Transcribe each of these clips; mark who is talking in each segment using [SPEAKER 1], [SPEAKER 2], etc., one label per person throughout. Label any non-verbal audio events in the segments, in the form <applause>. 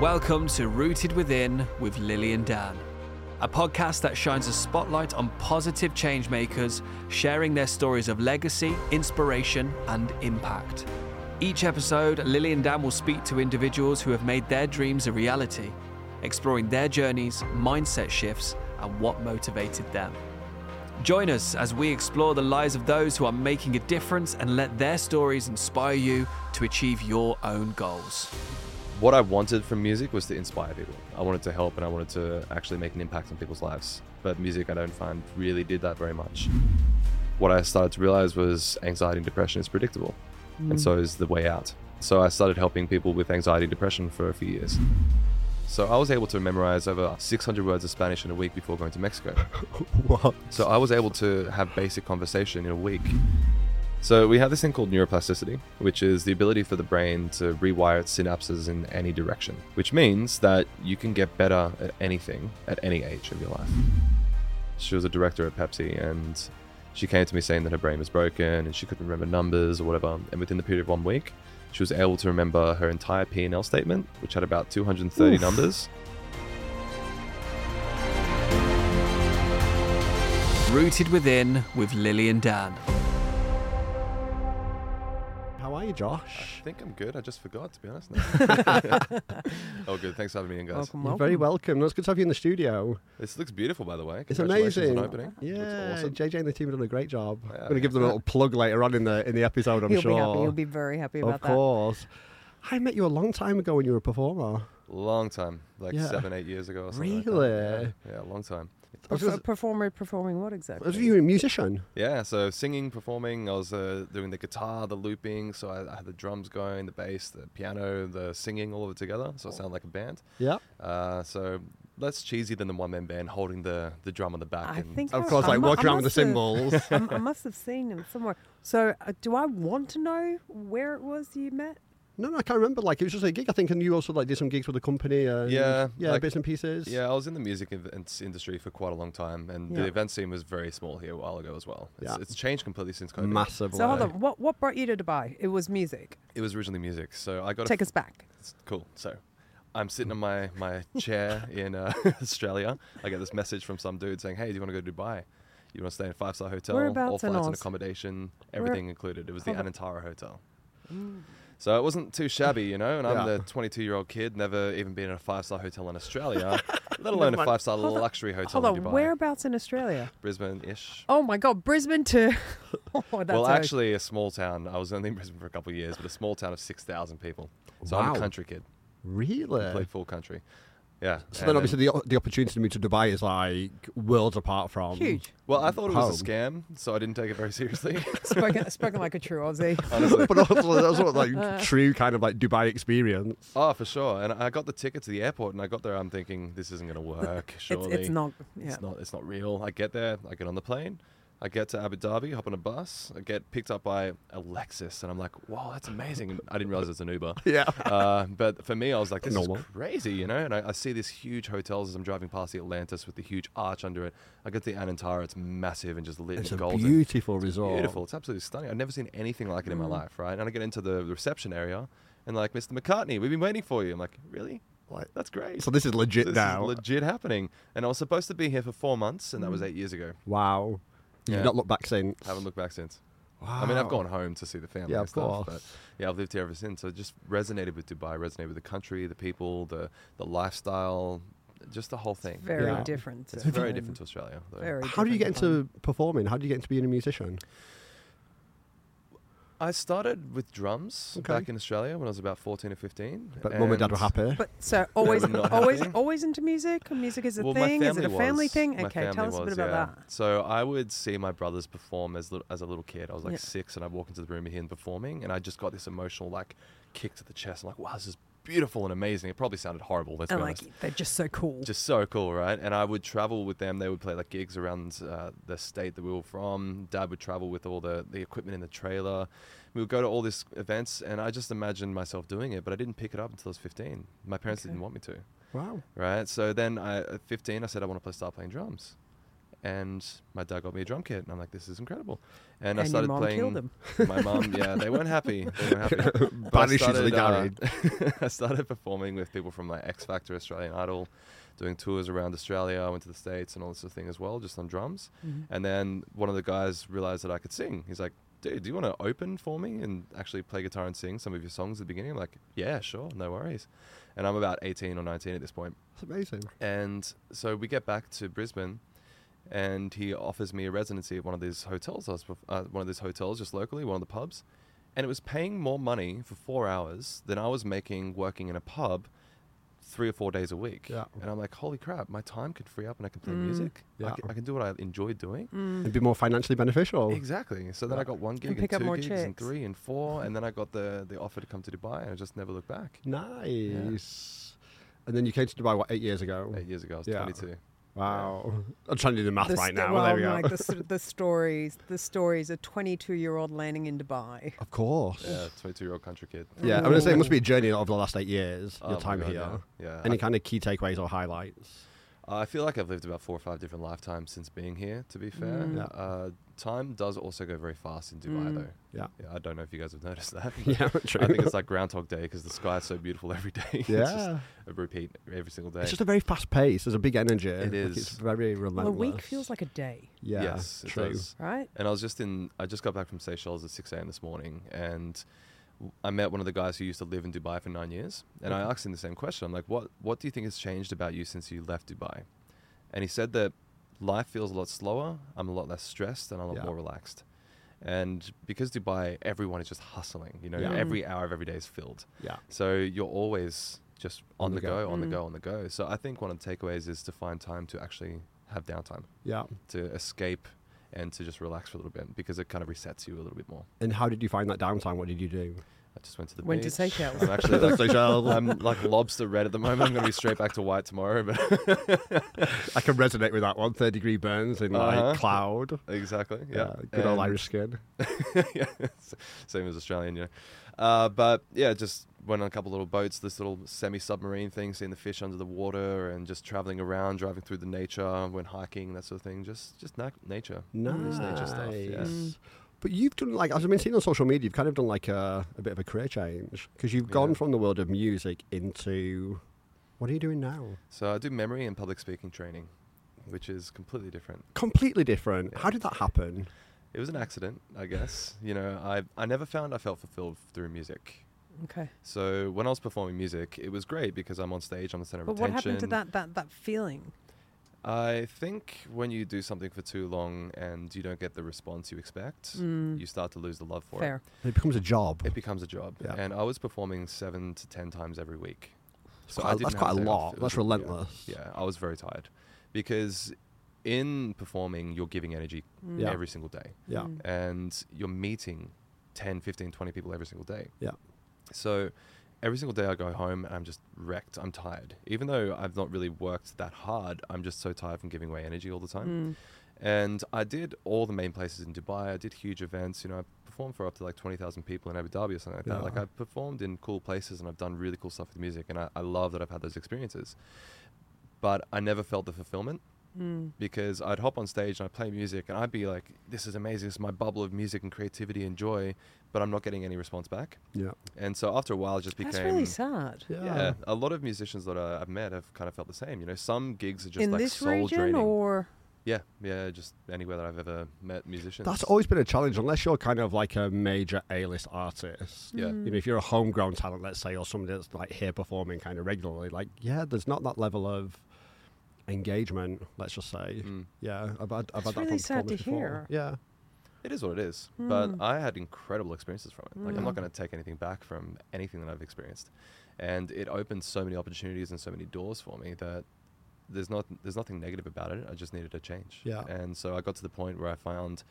[SPEAKER 1] Welcome to Rooted Within with Lily and Dan, a podcast that shines a spotlight on positive changemakers sharing their stories of legacy, inspiration, and impact. Each episode, Lily and Dan will speak to individuals who have made their dreams a reality, exploring their journeys, mindset shifts, and what motivated them. Join us as we explore the lives of those who are making a difference and let their stories inspire you to achieve your own goals.
[SPEAKER 2] what I wanted from music was to inspire people. I wanted to help and I wanted to actually make an impact on people's lives. But music, I don't find, really did that very much. What I started to realize was anxiety and depression is predictable, and so is the way out. So I started helping people with anxiety and depression for a few years. So I was able to memorize over 600 words of Spanish in a week before going to Mexico. So I was able to have basic conversation in a week. So we have this thing called neuroplasticity, which is the ability for the brain to rewire its synapses in any direction, which means that you can get better at anything at any age of your life. She was a director at Pepsi and she came to me saying that her brain was broken and she couldn't remember numbers or whatever. And within the period of one week, she was able to remember her entire P&L statement, which had about 230 numbers.
[SPEAKER 1] Rooted Within with Lily and Dan.
[SPEAKER 3] How are you, Josh?
[SPEAKER 2] I think I'm good. I just forgot, to be
[SPEAKER 3] <laughs>
[SPEAKER 2] honest. <laughs> oh, good. Thanks for having me in, guys.
[SPEAKER 3] You're very welcome. No, it's good to have you in the studio.
[SPEAKER 2] This looks beautiful, by the way.
[SPEAKER 3] It's
[SPEAKER 2] Congratulations
[SPEAKER 3] amazing.
[SPEAKER 2] On opening. Looks
[SPEAKER 3] Yeah,
[SPEAKER 2] awesome.
[SPEAKER 3] JJ and the team have done a great job.
[SPEAKER 2] Yeah,
[SPEAKER 3] I'm going to give them a
[SPEAKER 2] yeah.
[SPEAKER 3] little plug later on in the in the episode. I'm
[SPEAKER 4] He'll
[SPEAKER 3] sure.
[SPEAKER 4] be happy. He'll be very happy about
[SPEAKER 3] of course. I met you a long time ago when you were a performer.
[SPEAKER 2] Long time, like
[SPEAKER 3] Yeah.
[SPEAKER 2] seven, eight years ago or something. like that.
[SPEAKER 3] Really?
[SPEAKER 2] Yeah, yeah, long time.
[SPEAKER 4] that.
[SPEAKER 3] I was
[SPEAKER 4] Perf-
[SPEAKER 3] just-
[SPEAKER 4] performer performing what exactly?
[SPEAKER 3] Was you a musician?
[SPEAKER 2] Yeah, so singing, performing, I was uh, doing the guitar, the looping, so I, I had the drums going, the bass, the piano, the singing, all of it together, so it sounded like a band.
[SPEAKER 3] Yeah.
[SPEAKER 2] Uh, so less cheesy than the one man band holding the, the drum on the back.
[SPEAKER 4] I
[SPEAKER 2] and
[SPEAKER 4] think
[SPEAKER 3] Of
[SPEAKER 4] I-
[SPEAKER 3] course,
[SPEAKER 4] I
[SPEAKER 3] like
[SPEAKER 4] mu-
[SPEAKER 3] walking
[SPEAKER 4] I
[SPEAKER 3] around with the
[SPEAKER 4] must have- <laughs>
[SPEAKER 3] cymbals.
[SPEAKER 4] I'm- I must have seen him somewhere. So, uh, do I want to know where it was you met?
[SPEAKER 3] No, no, I can't remember. Like it was just a gig, I think, and you also like did some gigs with the company. And,
[SPEAKER 2] Yeah,
[SPEAKER 3] yeah,
[SPEAKER 2] like-
[SPEAKER 3] bits and pieces.
[SPEAKER 2] Yeah, I was in the music events industry for quite a long time, and
[SPEAKER 4] Yeah.
[SPEAKER 2] the event scene was very small here a while ago as well. It's,
[SPEAKER 3] Yeah.
[SPEAKER 2] it's changed completely since COVID.
[SPEAKER 3] massively.
[SPEAKER 4] So hold on. What what brought you to Dubai? It was music.
[SPEAKER 2] It was originally music, so I got a
[SPEAKER 4] Take us back.
[SPEAKER 2] It's cool. So I'm sitting on my, my chair in uh, <laughs> Australia. I get this message from some dude saying, Hey, do you want to go to Dubai? You want to stay in a five star hotel, all
[SPEAKER 4] Whereabouts in
[SPEAKER 2] flights and
[SPEAKER 4] Oz?
[SPEAKER 2] accommodation,
[SPEAKER 4] Where-
[SPEAKER 2] everything included. It was the
[SPEAKER 4] Hold Mm. on.
[SPEAKER 2] Anantara Hotel. So it wasn't too shabby, you know, and I'm
[SPEAKER 3] Yeah.
[SPEAKER 2] the 22 year old kid, never even been in a five star hotel in
[SPEAKER 4] <laughs>
[SPEAKER 2] Australia, let alone a five star
[SPEAKER 4] Hold on.
[SPEAKER 2] luxury hotel
[SPEAKER 4] Hold on.
[SPEAKER 2] in Dubai.
[SPEAKER 4] Whereabouts in Australia?
[SPEAKER 2] Brisbane ish.
[SPEAKER 4] Oh my God, Brisbane to. <laughs> oh, that's
[SPEAKER 2] well,
[SPEAKER 4] a-
[SPEAKER 2] actually, a small town. I was only in Brisbane for a couple of years, but a small town of 6,000 people. So I'm
[SPEAKER 3] Wow.
[SPEAKER 2] a country kid,
[SPEAKER 3] Really?
[SPEAKER 2] played full country. Yeah.
[SPEAKER 3] So
[SPEAKER 2] and
[SPEAKER 3] then, obviously, the, o- the opportunity to move to Dubai is like worlds apart from
[SPEAKER 4] huge.
[SPEAKER 2] Well, I thought it was a
[SPEAKER 3] <laughs> home.
[SPEAKER 2] scam, so I didn't take it very seriously.
[SPEAKER 4] <laughs>
[SPEAKER 2] <laughs>
[SPEAKER 4] Spoken spoken like a true
[SPEAKER 3] <laughs>
[SPEAKER 4] Aussie.
[SPEAKER 2] honestly.
[SPEAKER 3] but also that's what
[SPEAKER 4] <laughs> Uh.
[SPEAKER 3] like true kind of like Dubai experience.
[SPEAKER 2] oh, for sure. And I got the ticket to the airport, and I got there. I'm thinking this isn't going to work.
[SPEAKER 4] It's,
[SPEAKER 2] Surely
[SPEAKER 4] it's not. Yeah.
[SPEAKER 2] It's not. It's not real. I get there. I get on the plane. I get to Abu Dhabi, hop on a bus. I get picked up by a Lexus, and I'm like, "Wow, that's amazing!" And I didn't realize it's an Uber.
[SPEAKER 3] Yeah.
[SPEAKER 2] Uh, but for me, I was like, "This
[SPEAKER 3] Normal.
[SPEAKER 2] is crazy," you know. And I, I see these huge hotels as I'm driving past the Atlantis with the huge arch under it. I get to the Anantara; it's massive and just lit
[SPEAKER 3] It's a
[SPEAKER 2] and golden.
[SPEAKER 3] beautiful resort.
[SPEAKER 2] Beautiful. It's absolutely stunning. I've never seen anything like it
[SPEAKER 3] Mm.
[SPEAKER 2] in my life, right? And I get into the reception area and like, Mr. McCartney, we've been waiting for you. I'm like, really?
[SPEAKER 3] Like-
[SPEAKER 2] That's great.
[SPEAKER 3] So this is legit
[SPEAKER 2] So this
[SPEAKER 3] now.
[SPEAKER 2] is legit happening. And I was supposed to be here for four months, and that was
[SPEAKER 3] Mm.
[SPEAKER 2] eight years ago.
[SPEAKER 3] wow. You've
[SPEAKER 2] Yeah.
[SPEAKER 3] not looked back since.
[SPEAKER 2] Haven't looked back since. I mean, I've gone home to see the family
[SPEAKER 3] Yeah,
[SPEAKER 2] and
[SPEAKER 3] of
[SPEAKER 2] stuff, but
[SPEAKER 3] course.
[SPEAKER 2] yeah, I've lived here ever since. So it just resonated with Dubai, resonated with the country, the people, the the lifestyle, just the whole thing.
[SPEAKER 4] Very
[SPEAKER 3] Yeah.
[SPEAKER 4] different.
[SPEAKER 2] It's very
[SPEAKER 4] um,
[SPEAKER 2] different to Australia. Though.
[SPEAKER 4] Very
[SPEAKER 3] How do you get
[SPEAKER 4] different time.
[SPEAKER 3] into performing? How do you get into being a musician?
[SPEAKER 2] I started with drums
[SPEAKER 3] Okay.
[SPEAKER 2] back in Australia when I was about 14 or 15.
[SPEAKER 3] But mum and dad were happy.
[SPEAKER 4] But
[SPEAKER 2] <laughs>
[SPEAKER 4] so always,
[SPEAKER 2] were not
[SPEAKER 4] always,
[SPEAKER 2] happy.
[SPEAKER 4] always into music. Music is a
[SPEAKER 2] well,
[SPEAKER 4] thing.
[SPEAKER 2] My
[SPEAKER 4] Is it
[SPEAKER 2] family
[SPEAKER 4] a family
[SPEAKER 2] was.
[SPEAKER 4] thing?
[SPEAKER 2] My
[SPEAKER 4] Okay, tell
[SPEAKER 2] family
[SPEAKER 4] us a bit
[SPEAKER 2] was,
[SPEAKER 4] about
[SPEAKER 2] yeah.
[SPEAKER 4] that.
[SPEAKER 2] So I would see my brothers perform as little, as a little kid. I was like
[SPEAKER 4] Yeah.
[SPEAKER 2] six, and I'd walk into the room and hear them performing, and I just got this emotional like kick to the chest. I'm like, wow, this is beautiful and amazing. It probably sounded horrible. Let's
[SPEAKER 4] And
[SPEAKER 2] be
[SPEAKER 4] like
[SPEAKER 2] honest.
[SPEAKER 4] they're just so cool.
[SPEAKER 2] Just so cool, right? And I would travel with them. They would play like gigs around uh, the state that we were from. Dad would travel with all the, the equipment in the trailer. We would go to all these events, and I just imagined myself doing it, but I didn't pick it up until I was 15. My parents
[SPEAKER 4] Okay. <laughs>
[SPEAKER 2] didn't want me to
[SPEAKER 3] Wow. <laughs>
[SPEAKER 2] right? So then I, at 15, I said I want to play, start playing drums, and my dad got me a drum kit, and I'm like, this is incredible. And, I
[SPEAKER 4] And your
[SPEAKER 2] started
[SPEAKER 4] mom
[SPEAKER 2] playing.
[SPEAKER 4] killed him.
[SPEAKER 2] <laughs> My mom, yeah, they weren't happy. They weren't happy. But I
[SPEAKER 3] Banished you to the
[SPEAKER 2] started, uh, <laughs> I started performing with people from like X Factor, Australian Idol, doing tours around Australia. I went to the States and all this sort of thing as well, just on drums. And then one of the guys realized that I could sing. He's like, dude, do you want to open for me and actually play guitar and sing some of your songs at the beginning? I'm like, yeah, sure, no worries. And I'm about 18 or 19 at this point.
[SPEAKER 3] It's amazing.
[SPEAKER 2] And so we get back to Brisbane, and he offers me a residency at one of these hotels. I was bef- uh, one of these hotels just locally, one of the pubs, and it was paying more money for four hours than I was making working in a pub three or four days a week.
[SPEAKER 3] Yeah.
[SPEAKER 2] And I'm like, holy crap, my time can free up and I can
[SPEAKER 4] Mm.
[SPEAKER 2] play music. I,
[SPEAKER 3] Yeah.
[SPEAKER 2] can, I can do what I enjoy doing.
[SPEAKER 3] It'd be more financially beneficial.
[SPEAKER 2] Exactly. So then I
[SPEAKER 3] Yeah.
[SPEAKER 2] got one gig and,
[SPEAKER 4] pick up
[SPEAKER 2] two
[SPEAKER 4] more
[SPEAKER 2] gigs and
[SPEAKER 4] chicks.
[SPEAKER 2] three and four,
[SPEAKER 3] <laughs>
[SPEAKER 2] and then I got the the offer to come to Dubai, and I just never looked back.
[SPEAKER 3] Nice. And then you came to Dubai what eight years ago?
[SPEAKER 2] Eight years ago, I was
[SPEAKER 3] Yeah.
[SPEAKER 2] 22.
[SPEAKER 3] Wow. I'm trying to do the math
[SPEAKER 4] The
[SPEAKER 3] right
[SPEAKER 4] sto-
[SPEAKER 3] now.
[SPEAKER 4] Well,
[SPEAKER 3] there we go.
[SPEAKER 4] Mike, the, s-
[SPEAKER 2] <laughs>
[SPEAKER 4] the stories, the stories. A 22-year-old landing in Dubai.
[SPEAKER 3] Of course.
[SPEAKER 2] Yeah, 22 year old country kid.
[SPEAKER 3] Yeah, I'm going to say it must be a journey over the last eight years,
[SPEAKER 2] Oh
[SPEAKER 3] your
[SPEAKER 2] my
[SPEAKER 3] time
[SPEAKER 2] God,
[SPEAKER 3] here.
[SPEAKER 2] Yeah. yeah.
[SPEAKER 3] Any kind of key takeaways or highlights?
[SPEAKER 2] Uh, I feel like I've lived about four or five different lifetimes since being here. To be fair,
[SPEAKER 3] Mm, Yeah.
[SPEAKER 2] uh, time does also go very fast in Dubai,
[SPEAKER 4] Mm.
[SPEAKER 2] though.
[SPEAKER 3] Yeah.
[SPEAKER 2] Yeah, I don't know if you guys have <laughs> noticed that. but
[SPEAKER 3] <laughs> Yeah, true.
[SPEAKER 2] I think it's like Groundhog Day because the sky is so beautiful every day. <laughs> it's
[SPEAKER 3] yeah.
[SPEAKER 2] just a repeat every single day.
[SPEAKER 3] It's just a very fast pace. There's a big energy.
[SPEAKER 2] It
[SPEAKER 3] Like,
[SPEAKER 2] is.
[SPEAKER 3] It's very relentless.
[SPEAKER 4] Well, a week feels like a day,
[SPEAKER 3] yeah,
[SPEAKER 2] yes, it
[SPEAKER 3] true.
[SPEAKER 2] does.
[SPEAKER 4] right?
[SPEAKER 2] And I was just in. I just got back from Seychelles at six a.m. this morning, and w- I met one of the guys who used to live in Dubai for nine years, and I asked him the same question. I'm like, "What What do you think has changed about you since you left Dubai?" And he said that life feels a lot slower. I'm a lot less stressed, and I'm a lot
[SPEAKER 3] Yeah.
[SPEAKER 2] more relaxed. And because Dubai, everyone is just hustling. You know,
[SPEAKER 3] Yeah.
[SPEAKER 2] every hour of every day is filled.
[SPEAKER 3] Yeah.
[SPEAKER 2] So you're always just on, the, go, on the
[SPEAKER 4] Mm.
[SPEAKER 2] go, on the go. So I think one of the takeaways is to find time to actually have downtime
[SPEAKER 3] Yeah.
[SPEAKER 2] to escape and to just relax for a little bit because it kind of resets you a little bit more.
[SPEAKER 3] And how did you find that downtime? What did you do?
[SPEAKER 2] I just went to the
[SPEAKER 4] Went to
[SPEAKER 2] beach.
[SPEAKER 4] Seychelles.
[SPEAKER 2] I'm actually
[SPEAKER 3] <laughs>
[SPEAKER 2] like,
[SPEAKER 3] Seychelles.
[SPEAKER 2] I'm like lobster red at the moment. I'm going to be straight back to white tomorrow. But <laughs>
[SPEAKER 3] I can resonate with that one. Third degree burns in
[SPEAKER 2] Uh-huh.
[SPEAKER 3] like cloud.
[SPEAKER 2] exactly. Yeah.
[SPEAKER 3] good old
[SPEAKER 2] And-
[SPEAKER 3] Irish skin.
[SPEAKER 2] <laughs> yeah, s- same as Australian, you know. Uh, but yeah, just went on a couple little boats, this little semi-submarine thing, seeing the fish under the water, and just traveling around, driving through the nature, went hiking, that sort of thing. Just, just na- nature.
[SPEAKER 3] Nice.
[SPEAKER 2] Just nature stuff. Yeah.
[SPEAKER 3] Mm. But you've done like as I've been seeing on social media, you've kind of done like a, a bit of a career change because you've gone
[SPEAKER 2] Yeah.
[SPEAKER 3] from the world of music into what are you doing now?
[SPEAKER 2] So I do memory and public speaking training, which is completely different.
[SPEAKER 3] Completely different.
[SPEAKER 2] Yeah.
[SPEAKER 3] How did that happen?
[SPEAKER 2] It was an accident, I guess. You know, I, I never found I felt fulfilled through music.
[SPEAKER 4] Okay.
[SPEAKER 2] So when I was performing music, it was great because I'm on stage, I'm the center of
[SPEAKER 4] But what
[SPEAKER 2] attention.
[SPEAKER 4] happened to that that that feeling?
[SPEAKER 2] I think when you do something for too long and you don't get the response you expect,
[SPEAKER 4] Mm,
[SPEAKER 2] you start to lose the love for
[SPEAKER 4] fair.
[SPEAKER 3] It becomes a job.
[SPEAKER 2] it. It becomes a job.
[SPEAKER 3] Yeah.
[SPEAKER 2] And I was performing seven to ten times every week.
[SPEAKER 3] It's
[SPEAKER 2] So I
[SPEAKER 3] quite-
[SPEAKER 2] didn't
[SPEAKER 3] that's
[SPEAKER 2] have
[SPEAKER 3] quite a
[SPEAKER 2] day off.
[SPEAKER 3] lot.
[SPEAKER 2] It was
[SPEAKER 3] That's
[SPEAKER 2] a- yeah.
[SPEAKER 3] relentless.
[SPEAKER 2] Yeah, I was very tired because in performing, you're giving energy
[SPEAKER 4] Mm.
[SPEAKER 3] Yeah.
[SPEAKER 2] every single day.
[SPEAKER 3] Yeah.
[SPEAKER 4] Mm.
[SPEAKER 2] and you're meeting 10, 15, 20 people every single day.
[SPEAKER 3] Yeah.
[SPEAKER 2] So every single day I go home and I'm just wrecked. I'm tired. Even though I've not really worked that hard, I'm just so tired from giving away energy all the time.
[SPEAKER 4] Mm.
[SPEAKER 2] And I did all the main places in Dubai. I did huge events. You know, I performed for up to like 20,000 people in Abu Dhabi or something like that. Like
[SPEAKER 3] Yeah.
[SPEAKER 2] I've performed in cool places and I've done really cool stuff with music. And I, I love that I've had those experiences. But I never felt the fulfillment
[SPEAKER 4] Mm.
[SPEAKER 2] because I'd hop on stage and I'd play music and I'd be like, this is amazing. This is my bubble of music and creativity and joy, but I'm not getting any response back.
[SPEAKER 3] Yeah.
[SPEAKER 2] And so after a while, it just became.
[SPEAKER 4] That's really sad.
[SPEAKER 3] Yeah.
[SPEAKER 2] Yeah, a lot of musicians that I- I've met have kind of felt the same. You know, some gigs are just
[SPEAKER 4] In
[SPEAKER 2] like
[SPEAKER 4] this
[SPEAKER 2] soul
[SPEAKER 4] region
[SPEAKER 2] draining.
[SPEAKER 4] or
[SPEAKER 2] yeah, yeah, just anywhere that I've ever met musicians.
[SPEAKER 3] That's always been a challenge, unless you're kind of like a major A-list artist.
[SPEAKER 2] Yeah.
[SPEAKER 3] You know, if you're a homegrown talent, let's say, or somebody that's like here performing kind of regularly, like yeah, there's not that level of engagement. Let's just say,
[SPEAKER 2] Mm.
[SPEAKER 3] yeah, I've had, I've
[SPEAKER 4] That's
[SPEAKER 3] had that
[SPEAKER 4] really
[SPEAKER 3] from
[SPEAKER 4] sad to
[SPEAKER 3] performers before.
[SPEAKER 4] hear.
[SPEAKER 3] Yeah,
[SPEAKER 2] It is what it is.
[SPEAKER 4] Mm.
[SPEAKER 2] But I had incredible experiences from it. Like, I'm
[SPEAKER 4] Mm.
[SPEAKER 2] not going to take anything back from anything that I've experienced. And it opened so many opportunities and so many doors for me that there's not there's nothing negative about it. I just needed a change.
[SPEAKER 3] Yeah.
[SPEAKER 2] And so I got to the point where I found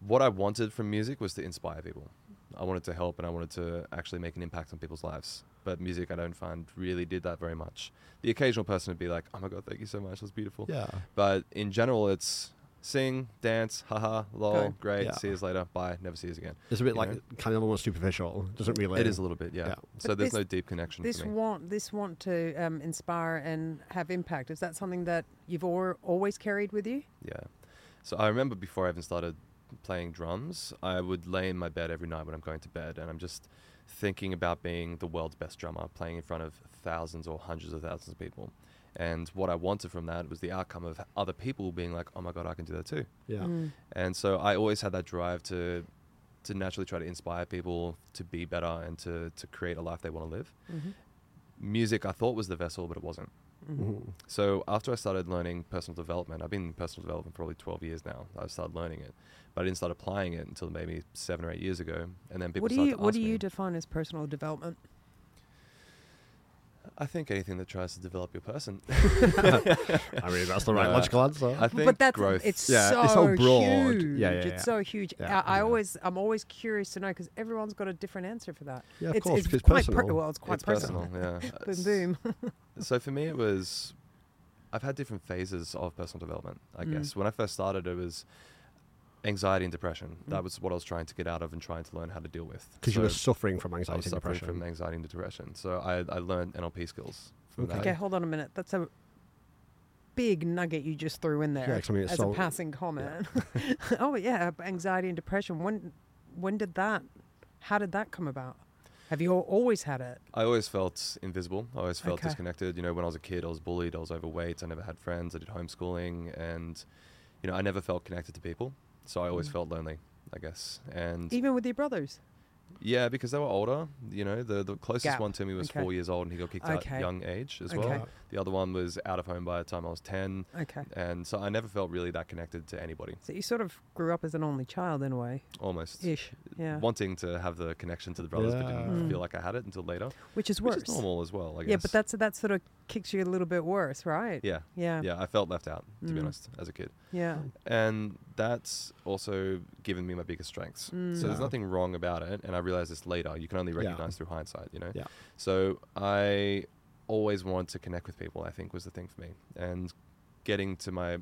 [SPEAKER 2] what I wanted from music was to inspire people. I wanted to help and I wanted to actually make an impact on people's lives. But music, I don't find really did that very much. The occasional person would be like, "Oh my god, thank you so much. That was beautiful."
[SPEAKER 3] yeah,
[SPEAKER 2] But in general, it's sing, dance, haha, lol,
[SPEAKER 4] Okay.
[SPEAKER 2] great,
[SPEAKER 3] Yeah.
[SPEAKER 2] see us later, bye, never see us again.
[SPEAKER 3] it's a bit
[SPEAKER 2] You
[SPEAKER 3] like
[SPEAKER 2] know?
[SPEAKER 3] kind of almost superficial. Doesn't really.
[SPEAKER 2] It is a little bit, yeah.
[SPEAKER 3] Yeah.
[SPEAKER 2] So
[SPEAKER 4] But
[SPEAKER 2] there's
[SPEAKER 4] this-
[SPEAKER 2] no deep connection
[SPEAKER 4] this
[SPEAKER 2] for me.
[SPEAKER 4] want this want to um, inspire and have impact is that something that you've or, always carried with you?
[SPEAKER 2] yeah. So I remember before I even started playing drums, I would lay in my bed every night when I'm going to bed, and I'm just thinking about being the world's best drummer, playing in front of thousands or hundreds of thousands of people. And what I wanted from that was the outcome of other people being like, "Oh my god, I can do that too."
[SPEAKER 3] Yeah.
[SPEAKER 4] Mm.
[SPEAKER 2] And so I always had that drive to to naturally try to inspire people to be better and to to create a life they want to live.
[SPEAKER 4] Mhm.
[SPEAKER 2] Music I thought was the vessel, but it wasn't.
[SPEAKER 4] Mm-hmm.
[SPEAKER 3] Mhm.
[SPEAKER 2] So after I started learning personal development, I've been in personal development for probably 12 years now. I started learning it, but I didn't start applying it until maybe seven or eight years ago. And then people
[SPEAKER 4] What do
[SPEAKER 2] started
[SPEAKER 4] you
[SPEAKER 2] to
[SPEAKER 4] What
[SPEAKER 2] ask
[SPEAKER 4] do you
[SPEAKER 2] me,
[SPEAKER 4] define as personal development?
[SPEAKER 2] I think anything that tries to develop your
[SPEAKER 4] <laughs>
[SPEAKER 2] person. <laughs>
[SPEAKER 3] I mean, that's the right
[SPEAKER 2] No,
[SPEAKER 3] logical answer.
[SPEAKER 2] I think
[SPEAKER 4] but that's
[SPEAKER 2] growth.
[SPEAKER 4] it's so
[SPEAKER 3] Yeah, it's so broad.
[SPEAKER 4] huge.
[SPEAKER 3] Yeah, yeah, yeah.
[SPEAKER 4] It's so huge.
[SPEAKER 3] Yeah,
[SPEAKER 4] I, I
[SPEAKER 2] yeah.
[SPEAKER 4] always I'm always curious to know because everyone's got a different answer for that.
[SPEAKER 3] yeah, of
[SPEAKER 4] it's,
[SPEAKER 3] course,
[SPEAKER 4] it's,
[SPEAKER 3] 'cause it's
[SPEAKER 4] quite
[SPEAKER 3] personal.
[SPEAKER 4] per- well, it's quite
[SPEAKER 2] it's personal. Yeah.
[SPEAKER 4] <laughs> Boom boom.
[SPEAKER 2] so for me it was i've had different phases of personal development i
[SPEAKER 4] Mm.
[SPEAKER 2] guess when i first started it was anxiety and depression
[SPEAKER 4] Mm.
[SPEAKER 2] that was what i was trying to get out of and trying to learn how to deal with
[SPEAKER 3] Because you
[SPEAKER 2] So
[SPEAKER 3] were suffering from
[SPEAKER 2] i
[SPEAKER 3] anxiety
[SPEAKER 2] was
[SPEAKER 3] and
[SPEAKER 2] suffering
[SPEAKER 3] depression.
[SPEAKER 2] from anxiety and depression so i, I learned nlp skills from
[SPEAKER 3] Okay.
[SPEAKER 2] that
[SPEAKER 4] okay, hold on a minute. That's a big nugget you just threw in there
[SPEAKER 3] 'cause I mean, it's
[SPEAKER 4] as
[SPEAKER 3] so- uh,
[SPEAKER 4] a passing comment. <laughs> oh yeah, but anxiety and depression. When when did that? How did that come about? Have you al- always had it?
[SPEAKER 2] i always felt invisible i always felt
[SPEAKER 4] Okay.
[SPEAKER 2] disconnected you know when i was a kid i was bullied i was overweight i never had friends i did homeschooling and you know i never felt connected to people so i always
[SPEAKER 4] Mm.
[SPEAKER 2] felt lonely i guess and
[SPEAKER 4] Even with your brothers?
[SPEAKER 2] Yeah, because they were older. You know, the, the closest
[SPEAKER 4] Gap.
[SPEAKER 2] one to me was
[SPEAKER 4] Okay.
[SPEAKER 2] four years old, and he got kicked out
[SPEAKER 4] Okay.
[SPEAKER 2] at young age as
[SPEAKER 4] Okay.
[SPEAKER 2] well. The other one was out of home by the time I was ten,
[SPEAKER 4] Okay.
[SPEAKER 2] and so I never felt really that connected to anybody.
[SPEAKER 4] So you sort of grew up as an only child in a way,
[SPEAKER 2] Almost
[SPEAKER 4] ish. Yeah.
[SPEAKER 2] wanting to have the connection to the brothers, but didn't
[SPEAKER 4] Yeah.
[SPEAKER 2] feel like I had it until later,
[SPEAKER 4] which is
[SPEAKER 2] which
[SPEAKER 4] worse.
[SPEAKER 2] is normal as well. I guess.
[SPEAKER 4] yeah, but that's that sort of kicks you a little bit worse, right?
[SPEAKER 2] yeah,
[SPEAKER 4] Yeah.
[SPEAKER 2] yeah. I felt left out to be
[SPEAKER 4] Mm.
[SPEAKER 2] honest as a kid,
[SPEAKER 4] Yeah.
[SPEAKER 2] and that's also given me my biggest strengths.
[SPEAKER 4] Mm.
[SPEAKER 2] So there's
[SPEAKER 3] Yeah.
[SPEAKER 2] nothing wrong about it, and I realized this later. You can only
[SPEAKER 3] Yeah.
[SPEAKER 2] recognize through hindsight, you know.
[SPEAKER 3] Yeah.
[SPEAKER 2] So I always wanted to connect with people. I think was the thing for me, and getting to my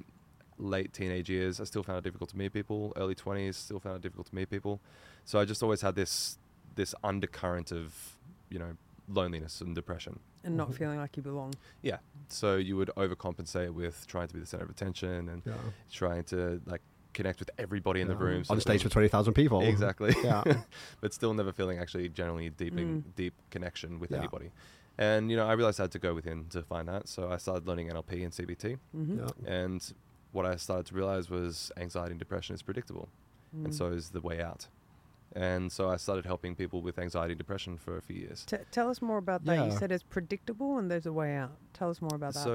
[SPEAKER 2] late teenage years, I still found it difficult to meet people. Early twenties, still found it difficult to meet people. So I just always had this this undercurrent of you know loneliness and depression.
[SPEAKER 4] And not
[SPEAKER 3] Mhm.
[SPEAKER 4] feeling like you belong.
[SPEAKER 2] So you would overcompensate with trying to be the center of attention and
[SPEAKER 3] Yeah.
[SPEAKER 2] trying to like connect with everybody in the
[SPEAKER 3] Yeah.
[SPEAKER 2] room so
[SPEAKER 3] On
[SPEAKER 2] that
[SPEAKER 3] stage
[SPEAKER 2] they-
[SPEAKER 3] with 20,000 people.
[SPEAKER 2] Exactly. <laughs>
[SPEAKER 3] Yeah.
[SPEAKER 4] Mm-hmm.
[SPEAKER 2] but still never feeling actually generally deep in,
[SPEAKER 4] Mm.
[SPEAKER 2] deep connection with
[SPEAKER 3] Yeah.
[SPEAKER 2] anybody. And you know, I realized I had to go within to find that. So I started learning NLP and CBT.
[SPEAKER 4] Mm-hmm.
[SPEAKER 3] yeah.
[SPEAKER 2] And what I started to realize was anxiety and depression is predictable,
[SPEAKER 4] Mm.
[SPEAKER 2] and so is the way out. And so I started helping people with anxiety and depression for a few years.
[SPEAKER 4] T- tell us more about that. You
[SPEAKER 3] Yeah.
[SPEAKER 4] said it's predictable and there's a way out. Tell us more about that.
[SPEAKER 2] So